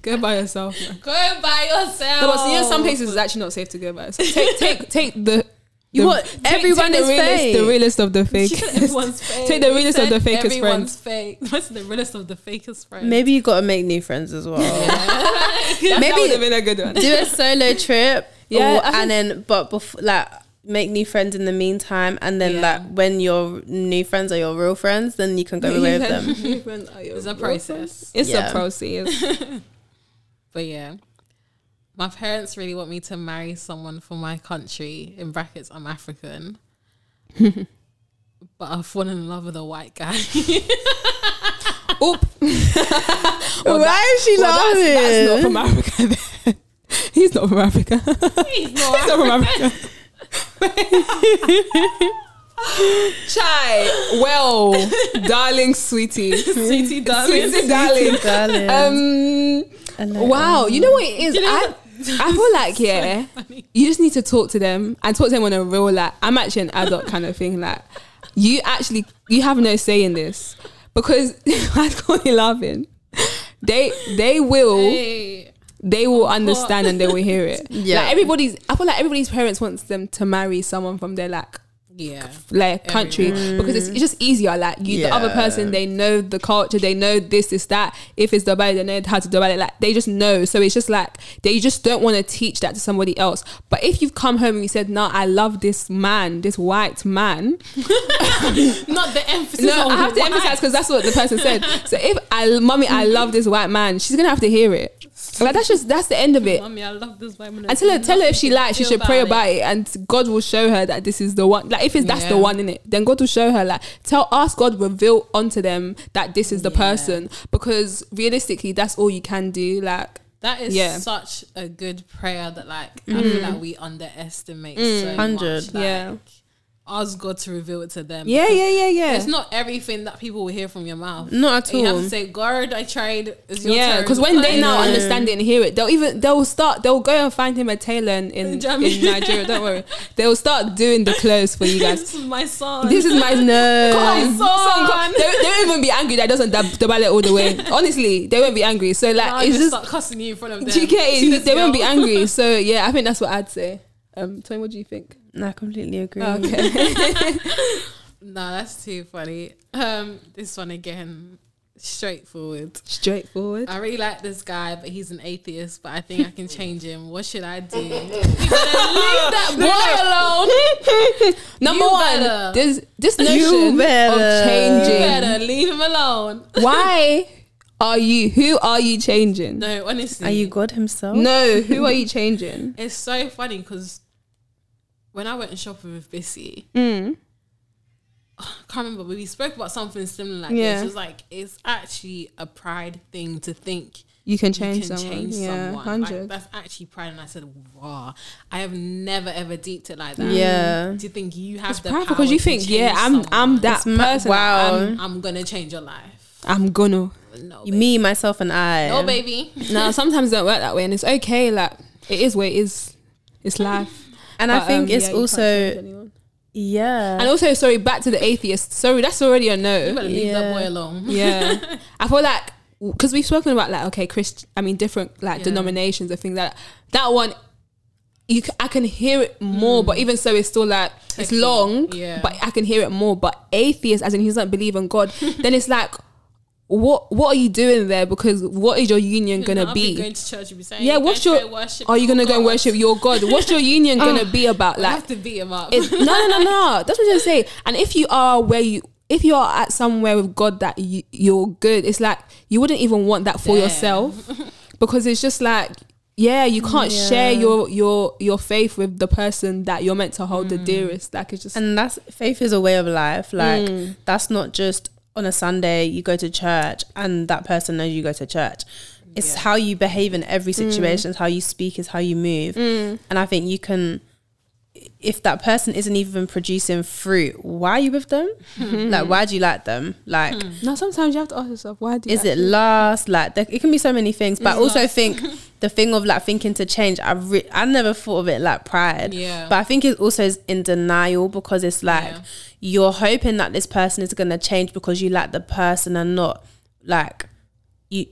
B: Go by yourself. man.
C: Go by yourself.
B: No, but you
A: Oh.
B: know, some places it's actually not safe to go by. yourself. take, take, take the.
A: You
B: the-
A: what?
B: take-
A: Everyone
B: take
A: is
B: the realest,
A: fake.
B: The realest of the fake.
C: Everyone's fake.
B: Take the realest of the fakest friends.
C: Everyone's fake. That's the realest of the fakest friends.
A: Maybe you gotta make new friends as well.
B: that would
A: Maybe
B: have been a good one.
A: do a solo trip.
B: Yeah,
A: Yeah,
B: I
A: and then but before like make new friends in the meantime, and then
C: Yeah.
A: like when your new friends are your real friends, then you can go away with them.
B: it's
C: It's a process.
B: It's
A: Yeah.
B: a process.
C: But yeah. My parents really want me to marry someone from my country. In brackets, I'm African. but I've fallen in love with a white guy.
B: Oop.
A: Why is she
B: Well, that's,
A: laughing?
B: that's not from Africa. then. He's not from Africa. He's not, from Africa. Chai, well, darling, sweetie, sweetie, darling, sweetie, darling.
A: Darling.
B: Um,
A: Hello.
B: wow, you know what it is.
C: You know
B: I, I feel like yeah, you just need to talk to them and talk to them on a real like I'm actually an adult kind of thing. Like you actually you have no say in this because I'm only laughing. They they will
C: Hey.
B: they will understand and they will hear it.
A: Yeah.
B: Like everybody's I feel like everybody's parents wants them to marry someone from their like
C: Yeah.
B: like country because it's, it's just easier. Like you, the other
A: Yeah.
B: person, they know the culture, they know this is that. If it's Dubai, they know how to Dubai. it. Like they just know. So it's just like they just don't want to teach that to somebody else. But if you've come home and you said, "No, I love this man, this white man,"
C: Not the emphasis.
B: no,
C: on
B: I have to
C: white.
B: emphasize because that's what the person said. So if I, mommy, I love this white man, she's gonna have to hear it. Like that's just that's the end of it.
C: Mommy, I love this woman.
B: And tell her, tell her if she likes, she should pray Mm. about it. and God will show her that this is the one. Like if it's that's the
C: Yeah.
B: one in it, then God will show her. Like tell, ask God reveal unto them that this is the
C: Yeah.
B: person because realistically, that's all you can do. Like
C: That is
B: Yeah. Mm.
C: such a good prayer that like I feel like we underestimate so
A: 100.
C: much. Like,
B: Yeah.
C: Ask God to reveal it to them.
B: yeah, yeah, yeah, yeah.
C: It's not everything that people will hear from your mouth.
A: Not at
C: You have to
A: all.
C: say, God, I tried. It's your
B: yeah,
C: turn."
B: because when they
C: Like,
B: now understand it and hear it, they'll even they'll start they'll go and find him a tailor in, in,
C: Do you know what I
B: in
C: mean?
B: Nigeria. Don't worry, they'll start doing the clothes for you guys.
C: this is my son.
B: This is my
C: My
B: no.
C: son.
B: They, they won't even be angry that doesn't dab, dabble it all the way. Honestly, they won't be angry. So like,
C: Now
B: it's
C: you
B: just
C: start cussing you in front of them.
B: Do you get
C: See
B: it?
C: this
B: They won't be
C: girl?
B: angry. So yeah, I think that's what I'd say. Um, Tony, what do you think?
A: No, I completely agree.
B: Oh, Okay.
C: No, that's too funny. Um, this one again, straightforward.
B: Straightforward.
C: I really like this guy, but he's an atheist. But I think I can change him. What should I do? You better leave that boy alone.
B: Number
C: You
B: one,
C: better.
B: this this
A: You
B: notion of
A: better.
C: You
B: changing.
C: better leave him alone.
B: Why are you? Who are you changing? No,
C: No, honestly,
A: Are you God Himself?
B: who are you changing?
C: it's so funny because when I went shopping with Bissy,
B: Mm.
C: I can't remember, but we spoke about something similar like
B: Yeah.
C: this. It was like it's actually a pride thing to think
B: You can
C: you can
B: change someone. yeah,
C: someone. Like,
B: hundred.
C: that's actually pride. And I said, wow, I have never ever deeped it like that.
A: Yeah.
C: To think you have the
B: Proud
C: power
B: because you
C: to
B: think, yeah,
C: change
B: I'm I'm
C: someone.
B: that
A: It's ma-
B: person.
A: wow.
B: I'm,
C: I'm, I'm gonna change your life.
B: I'm gonna.
C: No, baby.
A: Me, myself, and I.
C: no, baby.
B: Mm. No, sometimes it don't work that way, and it's okay. Like it is what it is. It's life.
A: And I
B: But,
A: think
B: um,
A: it's
B: yeah, you can't change
A: also
B: anyone.
A: yeah.
B: And also, sorry, back to the atheist. Sorry, that's already a
C: You
B: no.
C: better leave that
A: Yeah.
C: boy alone.
B: Yeah, I feel like because we've spoken about like okay, Christ. I mean, different like
C: Yeah.
B: denominations and things like that. That one, you c- I can hear it more, but even so, it's still like it's
C: Tricky.
B: long.
C: Yeah.
B: but I can hear it more. But atheist, as in he doesn't believe in God, then it's like what what are you doing there? Because what is your union gonna
C: I'll
B: be?
C: going to church. You'll be saying,
B: yeah,
C: "You're
B: what's
C: going to
B: your
C: go worship
B: are you gonna go and
C: God."
B: worship your God? What's your union gonna be about?
C: I
B: Like
C: have to beat him up.
B: it's, no, no, no, no. That's what I'm saying. And if you are where you, if you are at somewhere with God that you, you're good, it's like you wouldn't even want that for
C: Damn.
B: yourself because it's just like, yeah, you can't
A: Yeah.
B: share your your your faith with the person that you're meant to hold the
C: Mm.
B: dearest. Like it's just
A: And that's faith is a way of life. Like that's not just on a Sunday you go to church and that person knows you go to church. It's how you behave in every situation, it's how you speak, is how you move. And I think you can if that person isn't even producing fruit, why are you with them? Like why do you like them? Like
B: no. Sometimes you have to ask yourself, why do you
A: is it last like there, it can be so many things but I also think the thing of like thinking to change i re- i never thought of it like pride
C: Yeah.
A: but i think it also is in denial because it's like
C: Yeah.
A: you're hoping that this person is going to change because you like the person and not like you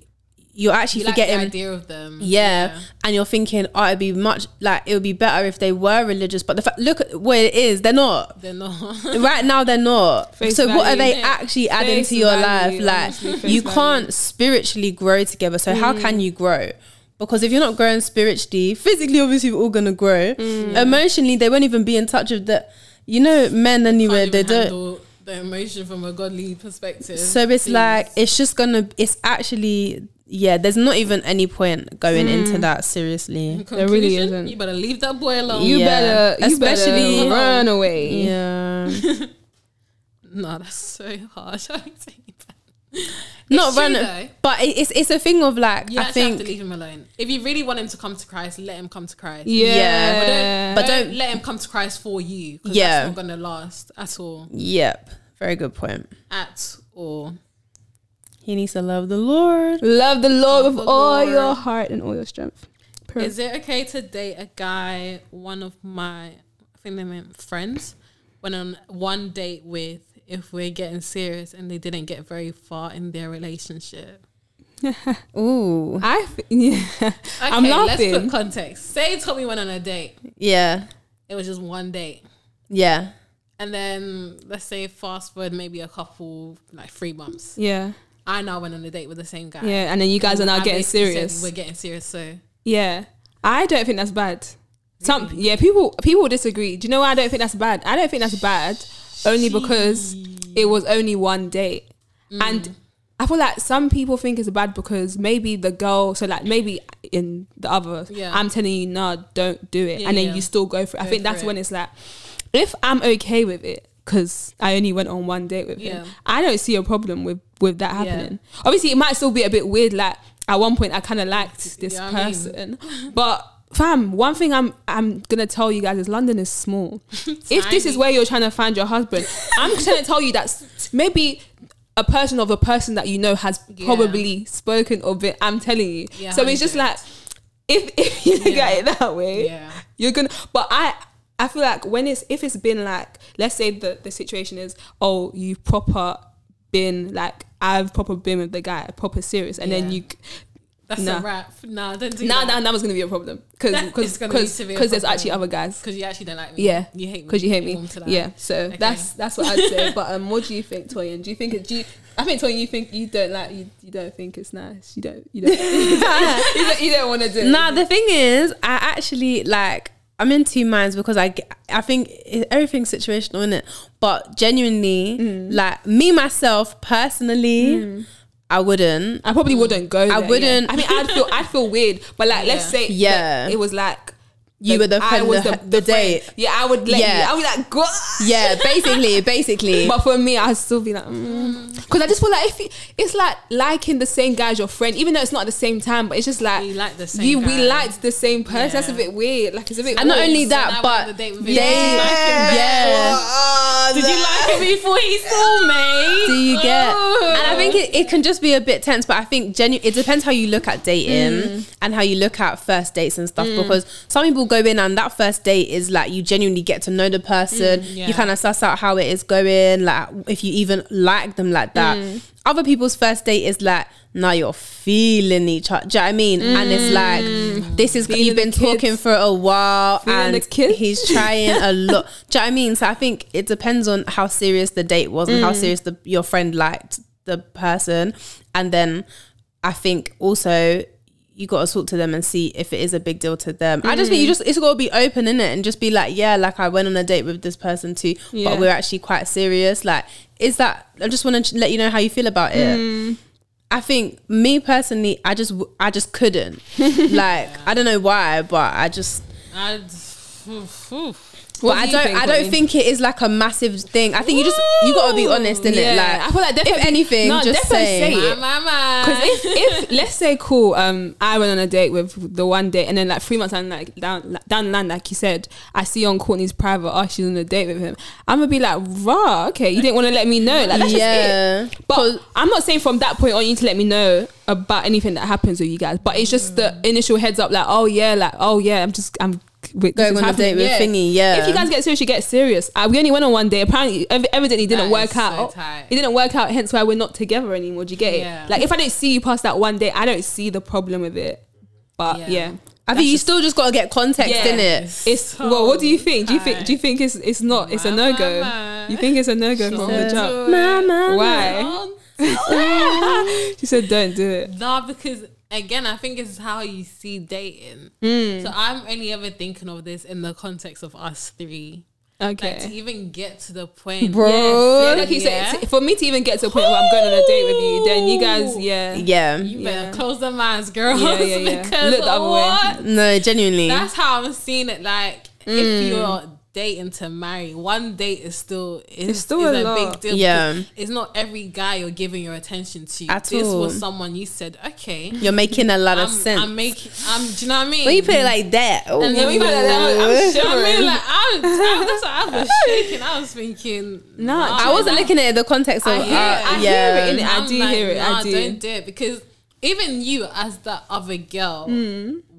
A: you're actually
C: you like the
A: forgetting
C: idea of them.
A: yeah. and you're thinking oh it'd be much like it would be better if they were religious but the fact look at what it is they're not
C: They're not.
A: right now they're not
B: Face
A: so what are
B: value,
A: they
C: innit?
A: actually adding
B: Face
A: to your
B: value,
A: life
B: honestly,
A: like
B: face
A: you
B: value. Mm.
A: can't spiritually grow together so how can you grow because if you're not growing spiritually physically obviously we're all going to grow
B: Mm.
A: emotionally they won't even be in touch with the you know men anyway
C: Can't
A: they
C: even
A: don't
C: handle the emotion from a godly perspective.
A: so it's
C: Please.
A: like it's just gonna it's actually yeah there's not even any point going
B: Mm.
A: into that seriously
C: Conclusion,
B: really isn't.
C: You better leave that boy alone.
B: You
A: Yeah.
B: better, you
A: Especially-
B: better run away.
A: yeah
C: No, that's so harsh. I would say that.
A: not
C: true,
A: run
C: though.
A: but it- it's it's a thing of like
C: You
A: i
C: actually have
A: think
C: to leave him alone. If you really want him to come to Christ, let him come to Christ.
B: Yeah.
A: Yeah.
C: But don't,
A: But
C: don't
A: don't-
C: let him come to Christ for you. 'cause
A: Yeah.
C: that's not gonna last at all.
A: yep very good point
C: At all.
A: he needs to love the lord
B: Love the Lord with
C: the
B: all
C: Lord.
B: your heart and all your strength. Period.
C: Is it okay to date a guy? One of my, I think they meant friends, went on one date with if we're getting serious and they didn't get very far in their relationship.
A: Ooh,
B: I th- yeah. I'm
C: Let's put
B: laughing.
C: context. Say Tommy went on a date.
A: yeah,
C: It was just one date.
A: yeah.
C: And then let's say fast forward maybe a couple like three months.
B: Yeah.
C: I now went on a date with the same guy.
B: Yeah, and then you guys are now
C: I
B: getting
C: basically said,
B: serious.
C: We're getting serious, so
B: Yeah, I don't think that's bad. Some yeah, people people disagree. Do you know why I don't think that's bad? I don't think that's bad only because it was only one date,
C: Mm.
B: and I feel like some people think it's bad because maybe the girl. So like maybe in the other,
C: Yeah.
B: I'm telling you, nah, don't do it,
C: Yeah,
B: and then
C: yeah.
B: you still go for it. I
C: Go
B: think
C: for
B: that's
C: it.
B: when it's like, if I'm okay with it. Because I only went on one date with
C: Yeah.
B: him, I don't see a problem with with that
C: Yeah.
B: happening. Obviously, it might still be a bit weird. Like at one point, I kind of liked this
C: You know what I mean?
B: person, but fam, one thing I'm I'm gonna tell you guys is London is small. if this is
C: Tiny.
B: where you're trying to find your husband, I'm trying to tell you that s- maybe a person of a person that you know has
C: Yeah.
B: probably spoken of it. I'm telling you.
C: Yeah,
B: so it's
C: 100.
B: just like if if you look
C: Yeah.
B: at it that way,
C: yeah.
B: you're gonna. But I. I feel like when it's if it's been like let's say the the situation is oh you've proper been like I've proper been with the guy proper serious and then
C: Yeah.
B: you
C: That's
B: Nah.
C: a wrap. Nah, don't do
B: now
C: that.
B: that that was gonna be a problem
C: That
B: because
C: is gonna be
B: because
C: severe
B: because there's
C: problem.
B: actually other guys
C: Because you actually don't like me.
B: Yeah.
C: You hate me.
B: because you hate
C: warm
B: me
C: to that.
B: yeah so
C: Okay.
B: that's that's what I'd say but um what do you think Toyin do you think it do you I think Toyin you think you don't like you, you don't think it's nice you don't you don't you don't, you don't want to do it.
A: Nah, the thing is, I actually like. I'm in two minds because I, ge- I think it- everything's situational in it, but genuinely, like me myself personally, I wouldn't.
B: I probably wouldn't go. there, yeah.
A: wouldn't-
B: I mean, I'd feel I'd feel weird. But like, let's
C: Yeah.
B: say,
A: Yeah.
B: that it was like
A: You
B: that
A: were the
B: I
A: friend
B: was
A: the-
B: the,
A: the
B: friend.
A: date.
B: Yeah, I would let
A: Yeah.
B: you. I would like go.
A: Yeah, basically, basically.
B: But for me, I'd still be like, because
A: Mm.
B: I just feel like if you, it's like liking the same guy as your friend, even though it's not at the same time, but it's just like
C: We like the same
B: You we
C: guy.
B: liked the same person. That's a
C: Yeah.
B: bit weird. Like it's a bit.
A: and not
B: weird.
A: only
C: I
A: that,
C: went on
A: but
C: the date with
A: they,
C: him.
A: yeah.
C: Did you like me before he saw me?
A: Do you get? And I think it, it can just be a bit tense, but I think genu- it depends how you look at dating
B: Mm.
A: and how you look at first dates and stuff. Because some people go in and that first date is like you genuinely get to know the person,
B: Mm,
C: yeah.
A: you kind of suss out how it is going, like if you even like them like that.
B: Mm.
A: Other people's first date is like now you're feeling each other. Do you know what I mean? And it's like this is
B: Mm. Feeling
A: you've been
B: the kids.
A: talking for a while
B: Feeling the
A: and
B: kids.
A: he's trying a lot. Do you know what I mean? So I think it depends on how serious the date was and how serious the, your friend liked the person. And then I think also you got to talk to them and see if it is a big deal to them. I just think you just it's got to be open in it and just be like, yeah, like I went on a date with this person too,
B: Yeah.
A: but we're actually quite serious. Like, is that? I just want to let you know how you feel about it. I think me personally, I just w- I just couldn't. like, I don't know why, but I just
C: I'd, oof, oof.
A: but I
B: do you
A: don't.
B: think,
A: I don't
B: Courtney?
A: think it is like a massive thing. I think you just you gotta be honest in it.
B: Yeah,
A: Like
B: I feel like
A: if
B: definitely-
A: anything,
B: no,
A: just
B: definitely
A: say
B: say
A: it.
B: it.
C: My, my, my.
B: Because if, if let's say cool, um, I went on a date with the one day, and then like three months and like down down the line, like you said, I see on Courtney's private, oh she's on a date with him. I'm gonna be like, rah, okay, you didn't want to let me know, like that's
A: Yeah.
B: just it. But I'm not saying from that point on you need to let me know about anything that happens with you guys. But it's just the initial heads up, like oh yeah, like oh yeah, I'm just I'm with
A: Going on a date with thingy, yeah.
B: If you guys get serious, you get serious. Uh, we only went on one day. Apparently, ev- evidently, it didn't
C: That
B: work
C: is so
B: out.
C: tight.
B: It didn't work out. Hence why we're not together anymore. Do you get
C: Yeah.
B: it? Like if I don't see you past that one day, I don't see the problem with it. But
C: Yeah.
B: yeah,
A: I think you still just gotta get context
B: Yeah.
A: in it.
B: it's
C: So
B: well. What do you think? Do you
C: tight.
B: think? Do you think it's it's not? It's a
C: Mama.
B: no go. You think it's a no go from the
C: Don't
B: jump?
C: do it.
B: Why?
C: Don't
B: She said, "Don't do it."
C: No, because again, I think it's how you see dating.
B: Mm.
C: So I'm only ever thinking of this in the context of us three. Like to
B: Okay.
C: even get to the point,
A: Bro.
B: Yeah, like you
C: Yeah.
B: said, t- for me to even get to a point where I'm going on a date with you, then you guys, yeah,
A: Yeah.
C: you better
B: Yeah.
C: close them eyes, girls.
B: Yeah, yeah, yeah.
C: because
B: Look the other way.
C: what?
A: No, genuinely.
C: That's how I'm seeing it. Like
A: Mm.
C: if you're dating to marry, one date is still is,
B: It's still
C: is
B: a
C: a, big
B: lot.
C: deal.
A: Yeah.
C: because it's not every guy you're giving your attention to.
A: At
C: this
A: all.
C: was someone you said, okay,
A: You're making a lot
C: I'm,
A: of sense.
C: I'm making. I'm. Do you know what I mean?
A: when you put it like that, oh,
C: And then we
B: put it like that, I'm
C: I'm
B: shivering.
C: I mean, like, I, was- I, that's what I was shaking. I was thinking,
B: No,
C: wow.
A: I wasn't looking at it in the context of.
C: I hear it,
A: uh,
C: I hear
A: yeah.
B: it innit? I
C: I'm
B: do hear it, I
C: nah,
B: do.
C: Don't do it because even you, as the other girl,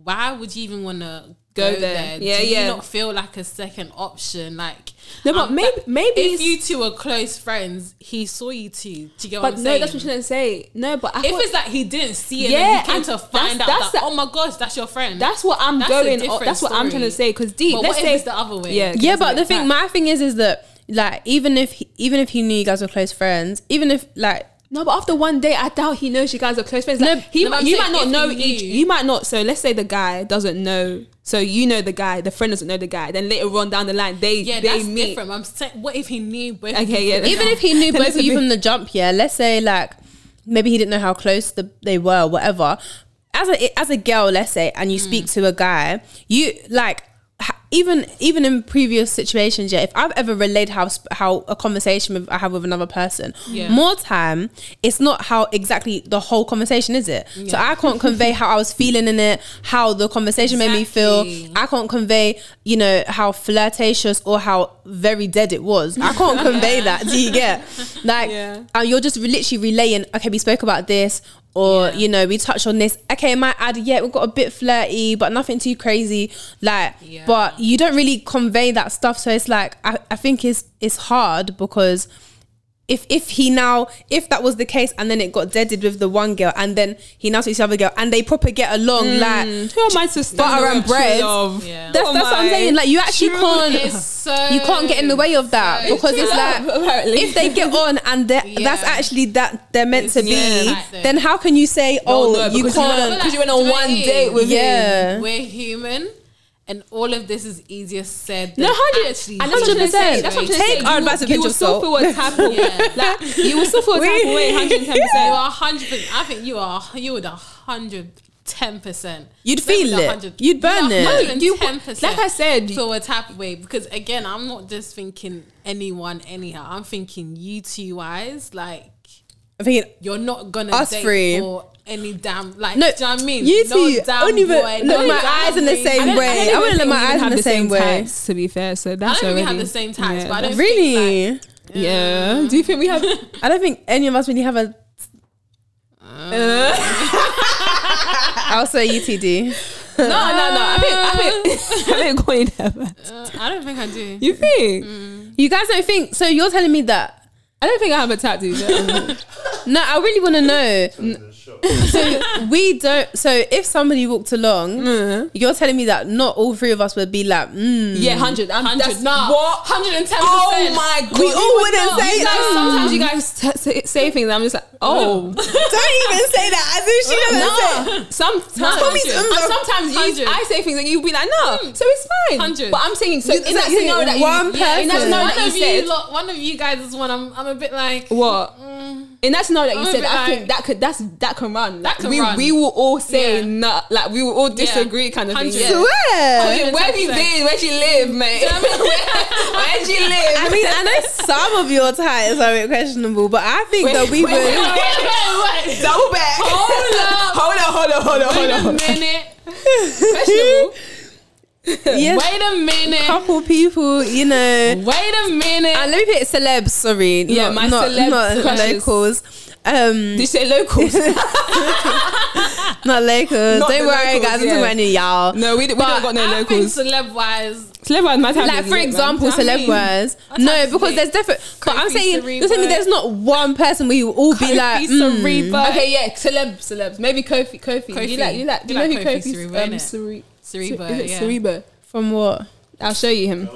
C: why would you even want to go,
B: Hmm. Go
C: there?
B: there. Yeah,
C: do
B: yeah.
C: You not feel like a second option, like.
B: No, but
C: I'm-
B: maybe- maybe
C: if
B: it's-
C: you two were close friends, he saw you two. Do you get what
B: But
C: I'm
B: no,
C: saying?
B: that's what you didn't say. No, but I
C: if
B: thought-
C: it's like he didn't see it,
B: Yeah,
C: yeah, and he came
B: and
C: to find
B: that's-
C: out
B: that's
C: that
B: the-
C: oh my gosh, that's your friend.
B: That's what I'm
C: That's a
B: going.
C: different
B: that's what I'm trying to
C: story.
B: say. Because deep.
C: But
B: let's
C: what
B: say
C: if it's the other way?
B: Yeah,
A: yeah,
B: doesn't
A: but
B: it?
A: the thing, my thing is, is that like even if he, even if he knew you guys were close friends, even if like
B: no, but after one day, I doubt he knows you guys are close friends. Like,
A: No,
B: he
C: no,
B: might,
C: I'm
B: you might
C: saying
B: not
C: if
B: know
C: he
B: each.
C: knew.
B: You might not. So let's say the guy doesn't know. So you know the guy. The friend doesn't know the guy. Then later on down the line, they
C: yeah,
B: they
C: that's
B: meet.
C: different. I'm saying, what if he knew both? of
B: Okay,
C: you
B: yeah,
C: from-
B: that's-
A: even if he knew
B: Then
A: both
B: it's
A: of
B: a
A: you
B: bit-
A: from the jump, yeah, let's say like maybe he didn't know how close the, they were, whatever. As a as a girl, let's say, and you
C: Mm.
A: speak to a guy, you like ha- even even in previous situations, yeah. If I've ever relayed how sp- how a conversation with, I have with another person,
C: Yeah.
A: more time, it's not how exactly the whole conversation is it. So I can't convey how I was feeling in it, how the conversation made me
C: Exactly.
A: feel. I can't convey, you know, how flirtatious or how very dead it was. I can't convey that. Do you get? Like,
B: Yeah.
A: uh, you're just literally relaying, okay, we spoke about this, or,
C: Yeah.
A: you know, we touched on this. Okay, it might add, yeah, we got a bit flirty, but nothing too crazy. Like,
C: Yeah.
A: but you don't really convey that stuff. So it's like, I, I think it's, it's hard because if if he now if that was the case and then it got deaded with the one girl and then he now sees the other girl and they proper get along
C: Mm.
A: like
B: Who am I to stand
A: Butter and
B: up to
A: bread.
B: love?
C: Yeah.
A: that's, that's
B: Oh
A: what I'm saying. Like you actually
B: True.
A: can't,
C: It's so
A: you can't get in the way of that because it's like
B: apparently.
A: if they get on and they're,
C: Yeah.
A: that's actually that they're meant to
C: It's-
A: be,
C: yeah, like that.
A: then how can you say, oh,
B: no,
A: you
B: because you
A: can't?
B: know- 'cause you went on
C: Do you know
B: one
C: what it
B: date
C: is?
B: with
A: Yeah.
C: We're human, and all of this is easier said.
B: No,
C: than
B: hundred
C: actually
B: And that's what I'm trying to say. That's what I'm trying to
A: Take
B: say.
A: our
B: You-
A: advice with a
B: You
A: pinch
B: will
A: of
B: still
A: salt.
B: feel a type of
C: Yeah.
B: like you will still feel a type of way. Hundred ten
C: You
B: percent.
C: are hundred. I think you are. You would hundred ten percent.
A: You'd feel it. You'd burn it.
B: You-
C: ten percent.
B: like I said,
C: feel a type of way because again, I'm not just thinking anyone anyhow. I'm thinking you two wise. Like
A: I'm thinking,
C: you're not gonna
A: Us
C: date
A: three.
C: for any damn like.
A: No,
C: do you know what I mean?
A: you two,
C: no damn
A: only
C: boy,
A: but look
C: no
A: my
C: damn
A: eyes in the
C: thing.
A: same
C: I don't-
A: way. I wouldn't let my eyes in the same way.
B: Types, to be fair, so
C: I
B: that's
C: don't even
B: already
C: have the same types,
B: yeah,
C: but I don't think,
A: really?
B: that- yeah. Do you think we have?
A: I don't think any of us really have a.
B: Uh.
A: I'll say E UTD.
B: no, no, no. I think I think I think going there. man.
C: like, uh, I don't think I do.
B: You think?
A: You guys don't think so? You're telling me that.
B: I don't think I have a tattoo. but-
A: No, I really want to know. so we don't. So if somebody walked along,
B: Mm.
A: you're telling me that not all three of us would be like, mm.
B: yeah, hundred. I'm
C: Hundred,
B: that's-
C: nah,
B: What?
C: hundred and ten
B: Oh
C: percent.
B: my god!
A: We all wouldn't say
B: You guys,
A: that.
B: sometimes you guys t- say, say things, and I'm just like, oh.
A: Don't even say that. As if she doesn't say.
B: Sometimes,
A: Tommy's
B: and
A: umbrella.
B: sometimes you,
C: Hundred.
B: I say things and you'll be like, no, so it's fine.
C: Hundred.
B: But I'm saying, so
A: You-
B: in
A: that's
B: that
A: it,
B: scenario that you,
A: one
B: yeah, in that
A: person.
B: scenario
C: one
B: that you
C: of you,
B: said,
C: lot, one of you guys is one. I'm, I'm a bit like.
B: what? In that scenario that you
C: I'm a
B: said,
C: bit
B: I think
C: like-
B: that could that's that can run. Like,
C: can
B: we
C: run.
B: we will all say
C: Yeah.
B: no, like we will all disagree, kind of thing.
C: Hundred.
B: Yeah.
A: Swear.
B: Where have you
C: 110%.
B: been? Where'd you live, mate? Where'd you live?
A: I mean, I know some of your types are a bit questionable, but I think that we would.
C: Wait, wait,
B: Double back. Hold up. Hold up. Hold up. Hold
C: wait
B: up.
C: a
B: Hold up.
C: minute.
A: Yes,
C: Wait a minute.
A: couple people, you know.
C: Wait a minute.
B: Uh,
A: And let me pick celebs. Sorry,
B: Yeah,
A: not,
B: my
A: not,
B: celeb
A: not
B: crushes.
A: locals. Um,
B: Did you say locals?
A: not locals.
B: Not
A: Don't
B: the
A: worry, guys. I'm
B: locals, yeah.
A: talking about any y'all.
B: no, we, d- we don't got no
C: I
B: locals.
C: think celeb wise,
B: Clever, my time.
A: Like
B: is
A: for
B: lit, man.
A: example,
C: I mean,
A: celeb wise,
C: I
A: no,
C: type
A: because
C: it.
A: there's different. But I'm
C: Kofi
A: saying, you're telling me
C: Cerebo.
A: there's not one person where you will all be like, mm,
C: Cerebo.
B: Okay, yeah, celebs, celebs. Maybe Kofi, Kofi. You
C: Kofi.
B: like, you like, do you,
C: You
B: know
C: like
B: who
C: Kofi
B: Kofi's?
C: Cerebo,
B: um,
C: innit?
B: Cere-
C: Cerebo,
B: Is it
C: yeah.
B: Cerebo?
A: from what?
B: I'll show you him.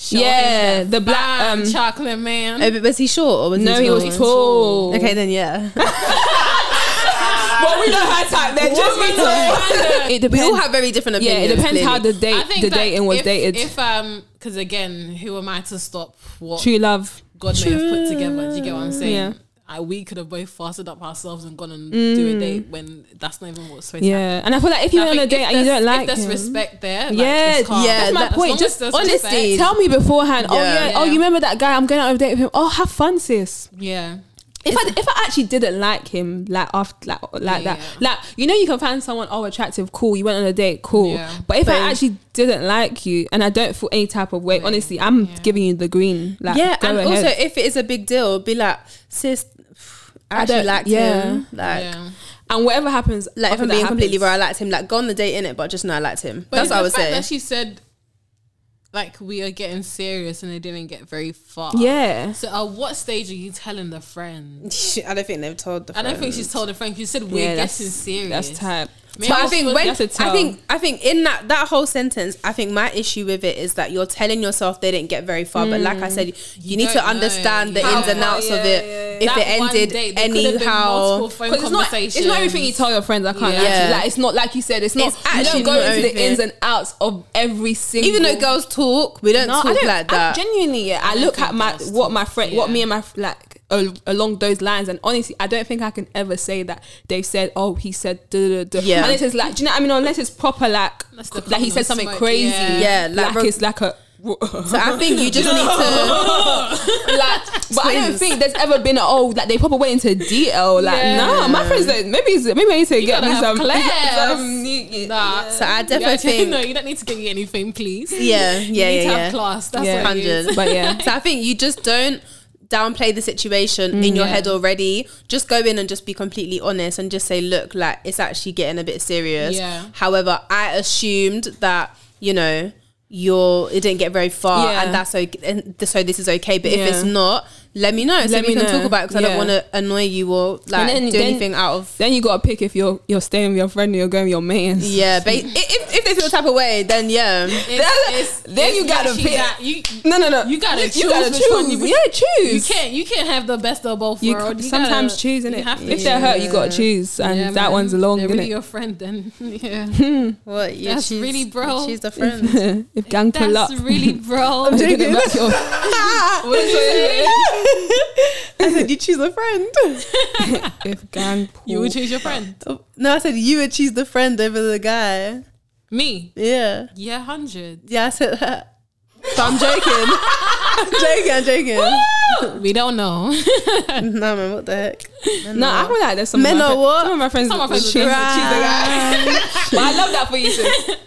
C: Show
B: yeah,
C: him
B: the
C: that
B: black.
C: fine
B: Um,
C: chocolate man.
A: Oh, but was he short or was
B: no,
A: he
B: he
A: tall?
B: was tall.
A: Okay, then yeah.
B: but we know her type. They're just
C: Woman kinda.
B: It
A: we
B: depends.
A: all have very different
B: yeah,
A: opinions.
B: it depends how the date, the
C: that
B: dating was
C: if,
B: dated.
C: If um, because again, who am I to stop what
B: True love.
C: God may have put together? Do you get what I'm saying?
B: Yeah.
C: I, we could have both fasted up ourselves and gone and do a date when that's not even what's supposed to happen.
B: Mm. Yeah, and I feel like if you're
C: I
B: on a
C: think
B: date
C: if
B: and you
C: there's-
B: don't like
C: if there's
B: him,
C: respect there.
B: Yeah,
C: like, it's calm.
A: yeah, That's my
C: As
B: point.
C: long
B: Just
C: as there's
A: honesty.
C: respect,
B: tell me beforehand. Oh
A: Yeah.
B: yeah. Oh,
C: Yeah.
B: you remember that guy? I'm going out on a date with him. Oh, have fun, sis.
C: yeah,
B: if I if I actually didn't like him, like after like like
C: Yeah.
B: that, like you know, you can find someone oh attractive, cool. You went on a date, cool.
C: Yeah.
B: But if
A: But-
B: I actually didn't like you and I don't feel any type of way, honestly, I'm giving you the green. Like,
A: yeah,
B: go
A: and
B: ahead.
A: also if it is a big deal, be like, sis, I
B: I
A: actually
B: don't-
A: liked
B: yeah.
A: him. Like,
C: yeah.
B: and whatever happens,
A: like if
B: after
A: I'm
B: that
A: being completely
B: happens.
A: real, I liked him. Like, go on the date in it, but just know I liked him.
C: But
A: That's
C: it's
A: what I
C: the
A: would
C: fact
A: say.
C: That she said, like, we are getting serious, and they didn't get very far.
B: Yeah,
C: So, at what stage are you telling the friend?
A: I don't think they've told the.
C: I don't think
A: friend.
C: she's told the friend. You said we're
B: yeah,
C: getting serious.
B: That's type.
C: Maybe
A: But I
C: she
A: think
C: was-
A: when I
B: that's a tell.
A: think I think in that that whole sentence, I think my issue with it is that you're telling yourself they didn't get very far. But like
B: Mm.
A: I said, you, need
C: don't
A: to
C: know.
A: understand the
C: How
A: ins and
C: far,
A: outs of
B: yeah,
A: it.
B: yeah,
A: If
C: that
A: it
C: one
A: ended
C: date, there could have been
A: anyhow,
C: multiple phone
B: Because it's not, it's not everything you tell your friends. I can't.
C: Yeah.
B: lie to you.
A: Yeah.
B: Like it's not like you said. It's not.
A: It's
B: you
A: actually
B: don't go
A: not
B: into the
A: everything.
B: ins and outs of every single.
A: even though girls talk, we don't
B: No,
A: talk
B: I don't,
A: like
B: I
A: that.
B: genuinely, yeah. I,
C: don't
B: look
C: think
B: at my
C: girls
B: what
C: talk,
B: my friend, what
C: yeah.
B: me and my f- like al- along those lines, and honestly, I don't think I can ever say that they said, "Oh, he said," duh, duh, duh.
A: Yeah.
B: Unless it's like, do you know what I mean? Unless it's proper, like,
C: Unless
B: c-
C: the
B: like he said
C: condom
B: something
C: smoked,
B: crazy,
A: yeah. Yeah, like
B: like,
A: bro-
B: it's like a.
A: so I think you just need to
B: like, but I don't
A: Twins.
B: think there's ever been a, oh like they probably went into detail like
C: Yeah.
B: nah my friends don't- maybe it's, maybe I need to get
C: gotta
B: me
C: have
B: some,
C: class.
B: some new-
C: Nah.
A: So I
C: You actually-
A: definitely
C: no,
A: think
C: you don't need to give me anything, please.
A: yeah, yeah,
C: you need
A: yeah,
C: to
A: yeah.
C: have class. That's
B: Yeah.
C: what it is.
A: hundred.
B: But yeah.
A: so I think you just don't downplay the situation in your
C: yeah.
A: head already. Just go in and just be completely honest and just say, look, like it's actually getting a bit serious.
C: Yeah.
A: However, I assumed that you know you're it didn't get very far,
B: Yeah.
A: and that's okay. And th- so this is okay. But if it's
B: Yeah.
A: not, let me know so
B: Let
A: we
B: me
A: can
B: know.
A: talk about it because I don't
B: Yeah.
A: want to annoy you or like
B: then-
A: do
B: then-
A: anything out of.
B: then you gotta pick if you're you're staying with your friend or you're going with your man
A: Yeah, but if, if they feel the type of way, then yeah,
C: It's- it's-
B: then you
C: it's
B: gotta
C: literally
B: pick.
C: that. You,
B: No, no, no.
C: You gotta
B: You
C: choose
B: gotta
C: which one
B: choose.
C: you-
B: yeah, choose.
C: you can't. You can't have the best of both
B: You
C: worlds.
B: c-
C: You
B: sometimes
C: gotta-
B: choose,
C: you
B: innit?
C: have to
B: If they're hurt, you gotta choose, and
C: Yeah,
B: that
C: man.
B: one's long,
C: They're
B: innit?
C: really your friend, then yeah.
A: what you
C: That's
A: choose-
C: really bro.
A: She's the friend.
B: if gang pull up,
C: That's really bro.
B: you get back your-
A: I said you choose a friend.
B: if gang pull,
C: you would choose your friend.
A: No, I said you would choose the friend over the guy.
C: Me,
A: Yeah.
C: yeah, hundred.
A: Yeah, I said that. But I'm joking. I'm joking, I'm joking.
C: We don't know.
A: no man, what the heck?
B: no, I feel like there's some
A: Men
B: of
A: are
B: my friends-
A: what?
B: Some of my friends,
C: Some of my
B: would
C: friends
B: choose,
C: would
B: choose the guy. but I love that for you. Sis.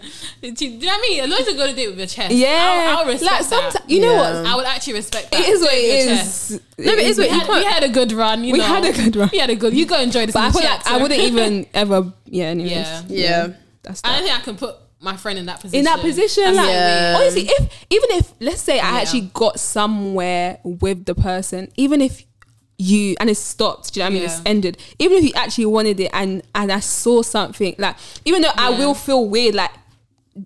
C: Do you know what I mean? As long as you go to date with your chest,
B: Yeah,
C: I'll, I'll respect
B: like
C: that.
B: sometimes you know
A: Yeah.
B: what
C: I would actually respect that.
B: it is. What it
C: Date with your chest.
B: is.
A: No, but it's
C: We
A: what you
C: had, we
A: can't.
C: had a good run. You
B: We
C: know.
B: had a good run.
C: We had a good. You go enjoy this.
B: But I
C: new
B: feel like I
C: chapter.
B: wouldn't even ever. Yeah. Anyways.
C: Yeah.
A: Yeah.
B: That's that.
C: I don't think I can put my friend in that position.
B: in that position.
C: That's
B: Like,
C: what I mean.
A: Yeah.
B: honestly, if even if let's say I
C: Yeah.
B: actually got somewhere with the person, even if you and it stopped, do you know what I mean?
C: Yeah.
B: It's ended. Even if you actually wanted it and and I saw something, like even though I
C: Yeah.
B: will feel weird, like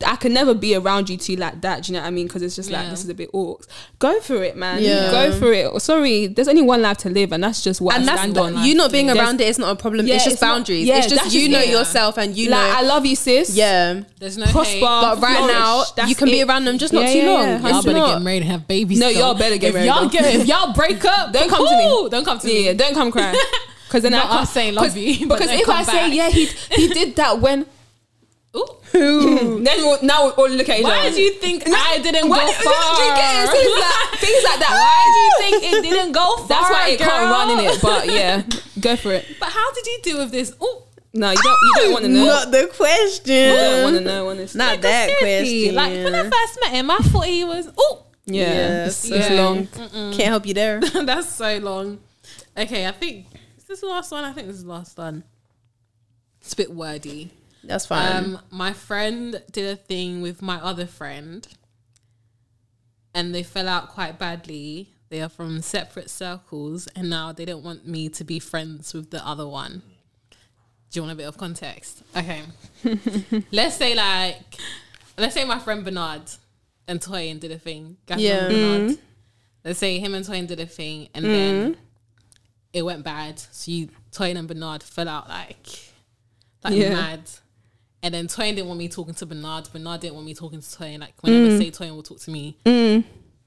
B: I can never be around you two like that. Do you know what I mean? Because it's just like
C: Yeah.
B: this is a bit orcs. Go for it, man.
A: Yeah.
B: Go for it. Oh, Sorry, there's only one life to live, and that's just what
A: and
B: I
A: that's
B: stand
A: the-
B: on. like.
A: you not being
B: There's-
A: around it is not a problem.
B: Yeah,
A: it's just
B: it's not-
A: boundaries.
B: yeah,
A: it's just
B: that's
A: you
B: just
A: know
B: it.
A: yourself and you
B: like,
A: know.
B: I love you, sis.
A: yeah,
C: There's no
B: Prosper.
C: hate.
A: but right
B: flourish.
A: now
B: That's
A: you can be
B: it.
A: around them just not
B: Yeah,
A: too
B: yeah,
A: long.
B: yeah.
C: Y'all
A: It's
C: better
A: not.
C: get married and have babies.
B: No, y'all
C: though.
B: better get
C: if
B: married,
C: Y'all
B: though.
C: get, if y'all break up,
B: Don't come to
C: cool.
B: me.
C: Don't come to
B: yeah,
C: me.
B: Yeah, don't come crying. Because then
C: Not
B: I can't
C: us saying love you, but
B: Because
C: then
B: if
C: come
B: I
C: back.
B: say yeah, he he did that when.
C: Ooh.
B: Then we now we all look at each other.
C: Why do you think I didn't
B: Why
C: go
B: do
C: far?
B: do you get it? Things like, things like that. Why do you think it didn't go far? That's why it can't
C: girl?
B: run in it. But yeah, go for it.
C: But how did you deal with this? Ooh,
B: No, you don't. You don't want to know.
A: Not the
B: you don't want to
A: question.
B: know. Honestly,
A: Not that
C: seriously,
A: question.
C: like when I first met him, I thought he was. Ooh,
B: yeah,
A: Yeah,
B: it's,
A: so-
B: it's long.
A: Can't help you there.
C: that's so long. Okay, I think is this the last one. I think this is the last one. It's a bit wordy.
A: That's fine.
C: Um, my friend did a thing with my other friend, and they fell out quite badly. They are from separate circles, and now they don't want me to be friends with the other one. Do you want a bit of context? Okay, let's say like, let's say my friend Bernard and Toyin did a thing. Guys
A: Yeah.
C: remember Bernard? Let's say him and Toyin did a thing, and then it went bad. So you, Toyin and Bernard fell out like like
B: Yeah.
C: mad. And then Toyin didn't want me talking to Bernard. Bernard didn't want me talking to Toyin. Like whenever
B: Mm.
C: say Toyin will talk to me, it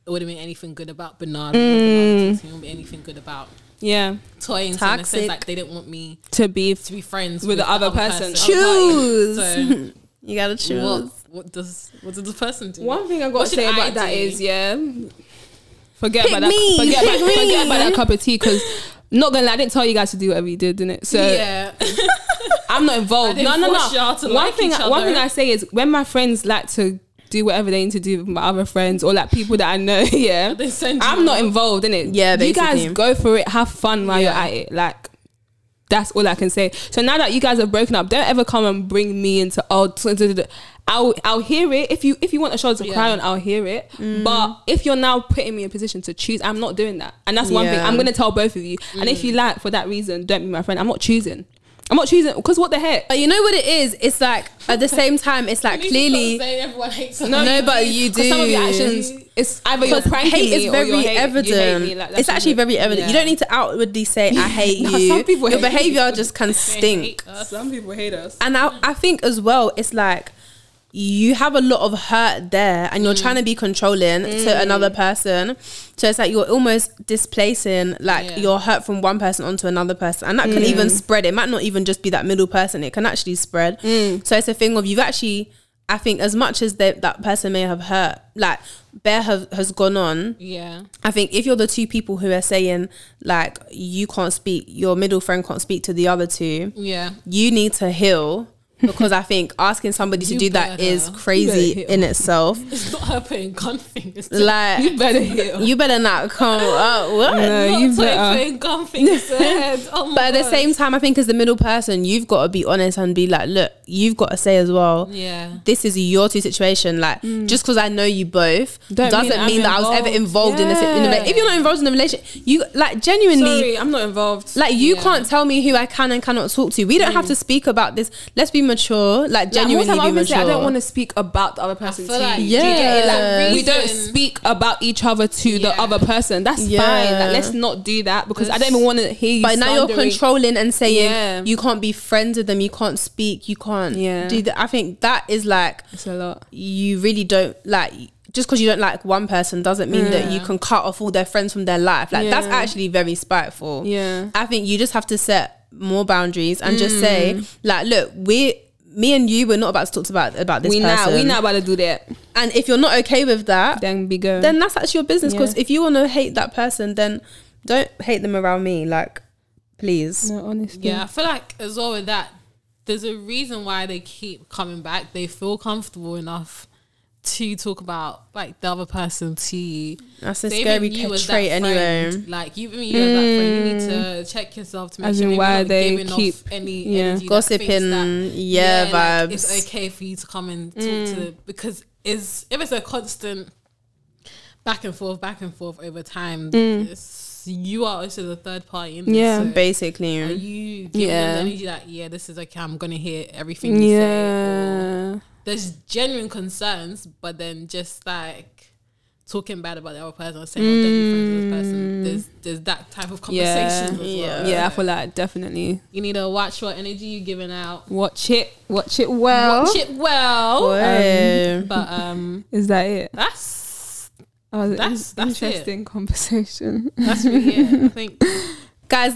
C: wouldn't mean anything good about Bernard. Bernard would talk to me, it wouldn't be anything good about
B: Yeah,
C: Toyin. So in a sense,
A: Toxic.
C: like they didn't want me
B: to be
C: to be friends
B: With the other person.
A: choose.
C: So
A: you gotta choose.
C: what, what does what does the person do?
B: One thing I got
C: What
B: to
C: should
B: say
C: I
B: about that
C: do?
B: is, yeah, forget
A: Pick
B: about that.
A: me,
B: Forget,
A: pick
B: about,
A: me.
B: forget about that cup of tea because. Not gonna lie, I didn't tell you guys to do whatever you did, didn't it? So
C: yeah,
B: Uh, I'm not involved.
C: I
B: No,
C: didn't
B: no,
C: force
B: no.
C: y'all to
B: one
C: like
B: thing,
C: each
B: one
C: other.
B: thing I say is when my friends like to do whatever they need to do with my other friends or like people that I know, yeah,
C: They send you
B: I'm not involved in it.
A: Yeah,
B: you guys
A: basically.
B: go for it, have fun while
C: Yeah.
B: you're at it. Like that's all I can say. So now that you guys have broken up, don't ever come and bring me into oh. t- t- t- I'll I'll hear it if you if you want a shoulder to
C: Yeah.
B: cry on. I'll hear it.
A: Mm.
B: But if you're now putting me in a position to choose, I'm not doing that. And that's one thing
A: Yeah.
B: I'm gonna tell both of you. And
A: Mm.
B: if you like for that reason, don't be my friend. I'm not choosing. I'm not choosing because what the heck?
A: But you know what it is? It's like at the same time, it's like clearly.
C: Say everyone hates
A: No, but you
B: 'Cause
A: do.
B: Some of your actions, it's either you're
A: Because
B: pranking
A: hate
B: me
A: is
B: or you're
A: very
B: hate- you
A: evident.
B: hate me, like, that's
A: it's actually
B: all.
A: very evident. You
B: Yeah.
A: don't need to outwardly say I hate
B: No,
A: you.
B: some people
A: Your
B: hate
A: behavior just can stink.
B: Uh, Some people hate us.
A: And I, I think as well, it's like you have a lot of hurt there, and you're trying to be controlling to another person. So it's like you're almost displacing like
C: Yeah.
A: your hurt from one person onto another person, and that can even spread. It might not even just be that middle person; it can actually spread. So it's a thing of you've actually. I think as much as that that person may have hurt, like Bear have, has gone on,
C: Yeah,
A: I think if you're the two people who are saying like you can't speak, your middle friend can't speak to the other two,
C: yeah.
A: you need to heal because I think asking somebody to
C: You
A: do that
C: better.
A: is
B: You
A: crazy
B: better heal.
A: in itself.
C: It's not her putting gun fingers. to-
A: Like
B: better heal.
A: you better not come up. What?
B: No,
C: Not
B: you
C: Toyin
B: better.
C: putting gun fingers. to her head. Oh my
A: But at the
C: God.
A: same time, I think as the middle person, you've got to be honest and be like, look, you've got to say as well.
C: yeah.
A: This is your two situation. Like, just because I know you both
B: Mm. Don't
A: doesn't
B: mean
A: mean,
B: I'm
A: that I was ever
B: involved.
A: involved in this. In the,
B: Yeah.
A: if you're not involved in the relationship, you like genuinely.
B: Sorry, I'm not involved.
A: Like you
C: Yeah.
A: can't tell me who I can and cannot talk to. We don't have to speak about this. Let's be mature. Like genuinely
B: Mm. like, most
A: be
B: time,
A: mature.
B: I don't want to speak about the other person.
C: feel
B: to
C: like-
B: you.
A: Yeah.
B: Do you get it? Like, we
C: Reason-
B: don't speak about each other to the
C: Yeah.
B: other person. That's
A: Yeah.
B: fine. Like, let's not do that because I don't even want to hear you.
A: But now you're
B: slandering-
A: controlling and saying
B: Yeah.
A: you can't be friends with them. You can't speak. You can't
B: Yeah.
A: do that. I think that is like
B: It's a lot.
A: you really don't like. Just because you don't like one person doesn't mean that you
C: Yeah.
A: can cut off all their friends from their life. Like that's
B: Yeah.
A: actually very spiteful.
B: Yeah.
A: I think you just have to set more boundaries and just
B: Mm.
A: say like, look, we, me and you, we're not about to talk about about this
B: We
A: person.
B: now, we now about to do that.
A: And if you're not okay with that,
B: Then be going.
A: then that's actually your business. Because
B: Yeah.
A: if you want to hate that person, then don't hate them around me. Like, please.
B: no, honestly.
C: Yeah, I feel like as well with that, there's a reason why they keep coming back. They feel comfortable enough to talk about like the other person to you.
A: That's a
C: So
A: scary
C: even you as that
A: trait, anyway.
C: friend, Like even you as that friend, you need to check yourself to make
B: Mm. As
C: sure
B: in
C: that you're
B: why
C: not
B: they
C: giving
B: keep-
C: off any
B: yeah.
C: energy that thinks
A: Gossiping,
C: that-
A: yeah,
C: like,
A: vibes.
C: it's okay for you to come and talk to because is if it's a constant back and forth, back and forth over time, it's, you are also the third party. In
B: Yeah.
C: this, so
A: Basically,
C: are you giving
B: Yeah.
C: them the energy that yeah, this is okay. I'm gonna hear everything you say.
B: Yeah.
C: or there's genuine concerns, but then just like talking bad about the other person or saying, "Oh, don't be friends with this person." There's there's that type of conversation. as well.
A: Yeah.
B: yeah, I feel like definitely
C: You need to watch what energy you're giving out.
B: watch it, watch it well.
C: Watch it well.
A: Whoa.
C: But um,
B: Is that it?
C: that's
B: Oh, that
C: That's-
B: was
C: that's it.
B: interesting conversation.
C: that's really it. I think
A: guys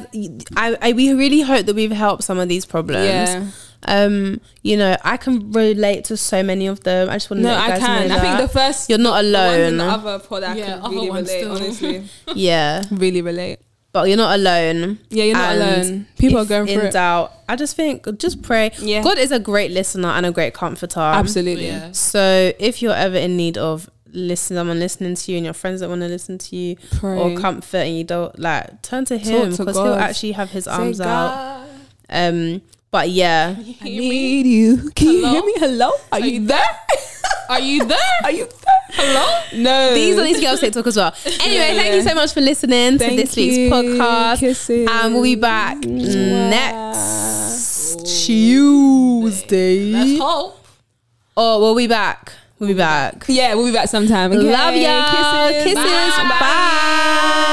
A: I, I we really hope that we've helped some of these problems
B: Yeah.
A: um you know i can relate to so many of them i just want to
B: No,
A: let you guys
B: I
A: know
B: can. I
A: that
B: think the first
A: you're not
B: the ones in the
A: alone
B: other pod I
C: Yeah,
B: can
C: other
B: really
C: ones
B: relate.
C: too.
B: Honestly,
A: yeah
B: really relate.
A: but you're not alone
B: Yeah, you're not
A: And
B: alone. People are
A: if
B: going
A: in
B: through it.
A: doubt i just think just pray
B: Yeah.
A: god is a great listener and a great comforter
B: Absolutely.
C: yeah.
A: so if you're ever in need of listen someone listening to you and your friends that want to listen to you
B: Pray.
A: or comfort and you don't like turn to him
B: to
A: because he'll
B: God.
A: actually have his arms
B: Say,
A: out
B: "God,
A: um but yeah
B: I need you. Can you hear me? Hello? Are, you, there?
C: Are you there?
B: Are you there? Hello? No.
A: These are these girls TikTok as well. Anyway,
B: Yeah,
A: thank
B: yeah.
A: you so much for listening
B: Thank
A: to this
B: you.
A: week's podcast.
B: Kisses.
A: And we'll be back
B: Mwah.
A: next Tuesday.
C: Let's hope.
A: Oh, we'll be back. We'll be back.
B: Yeah, we'll be back sometime. Okay?
A: Love y'all. Kisses.
B: Kisses.
A: Bye.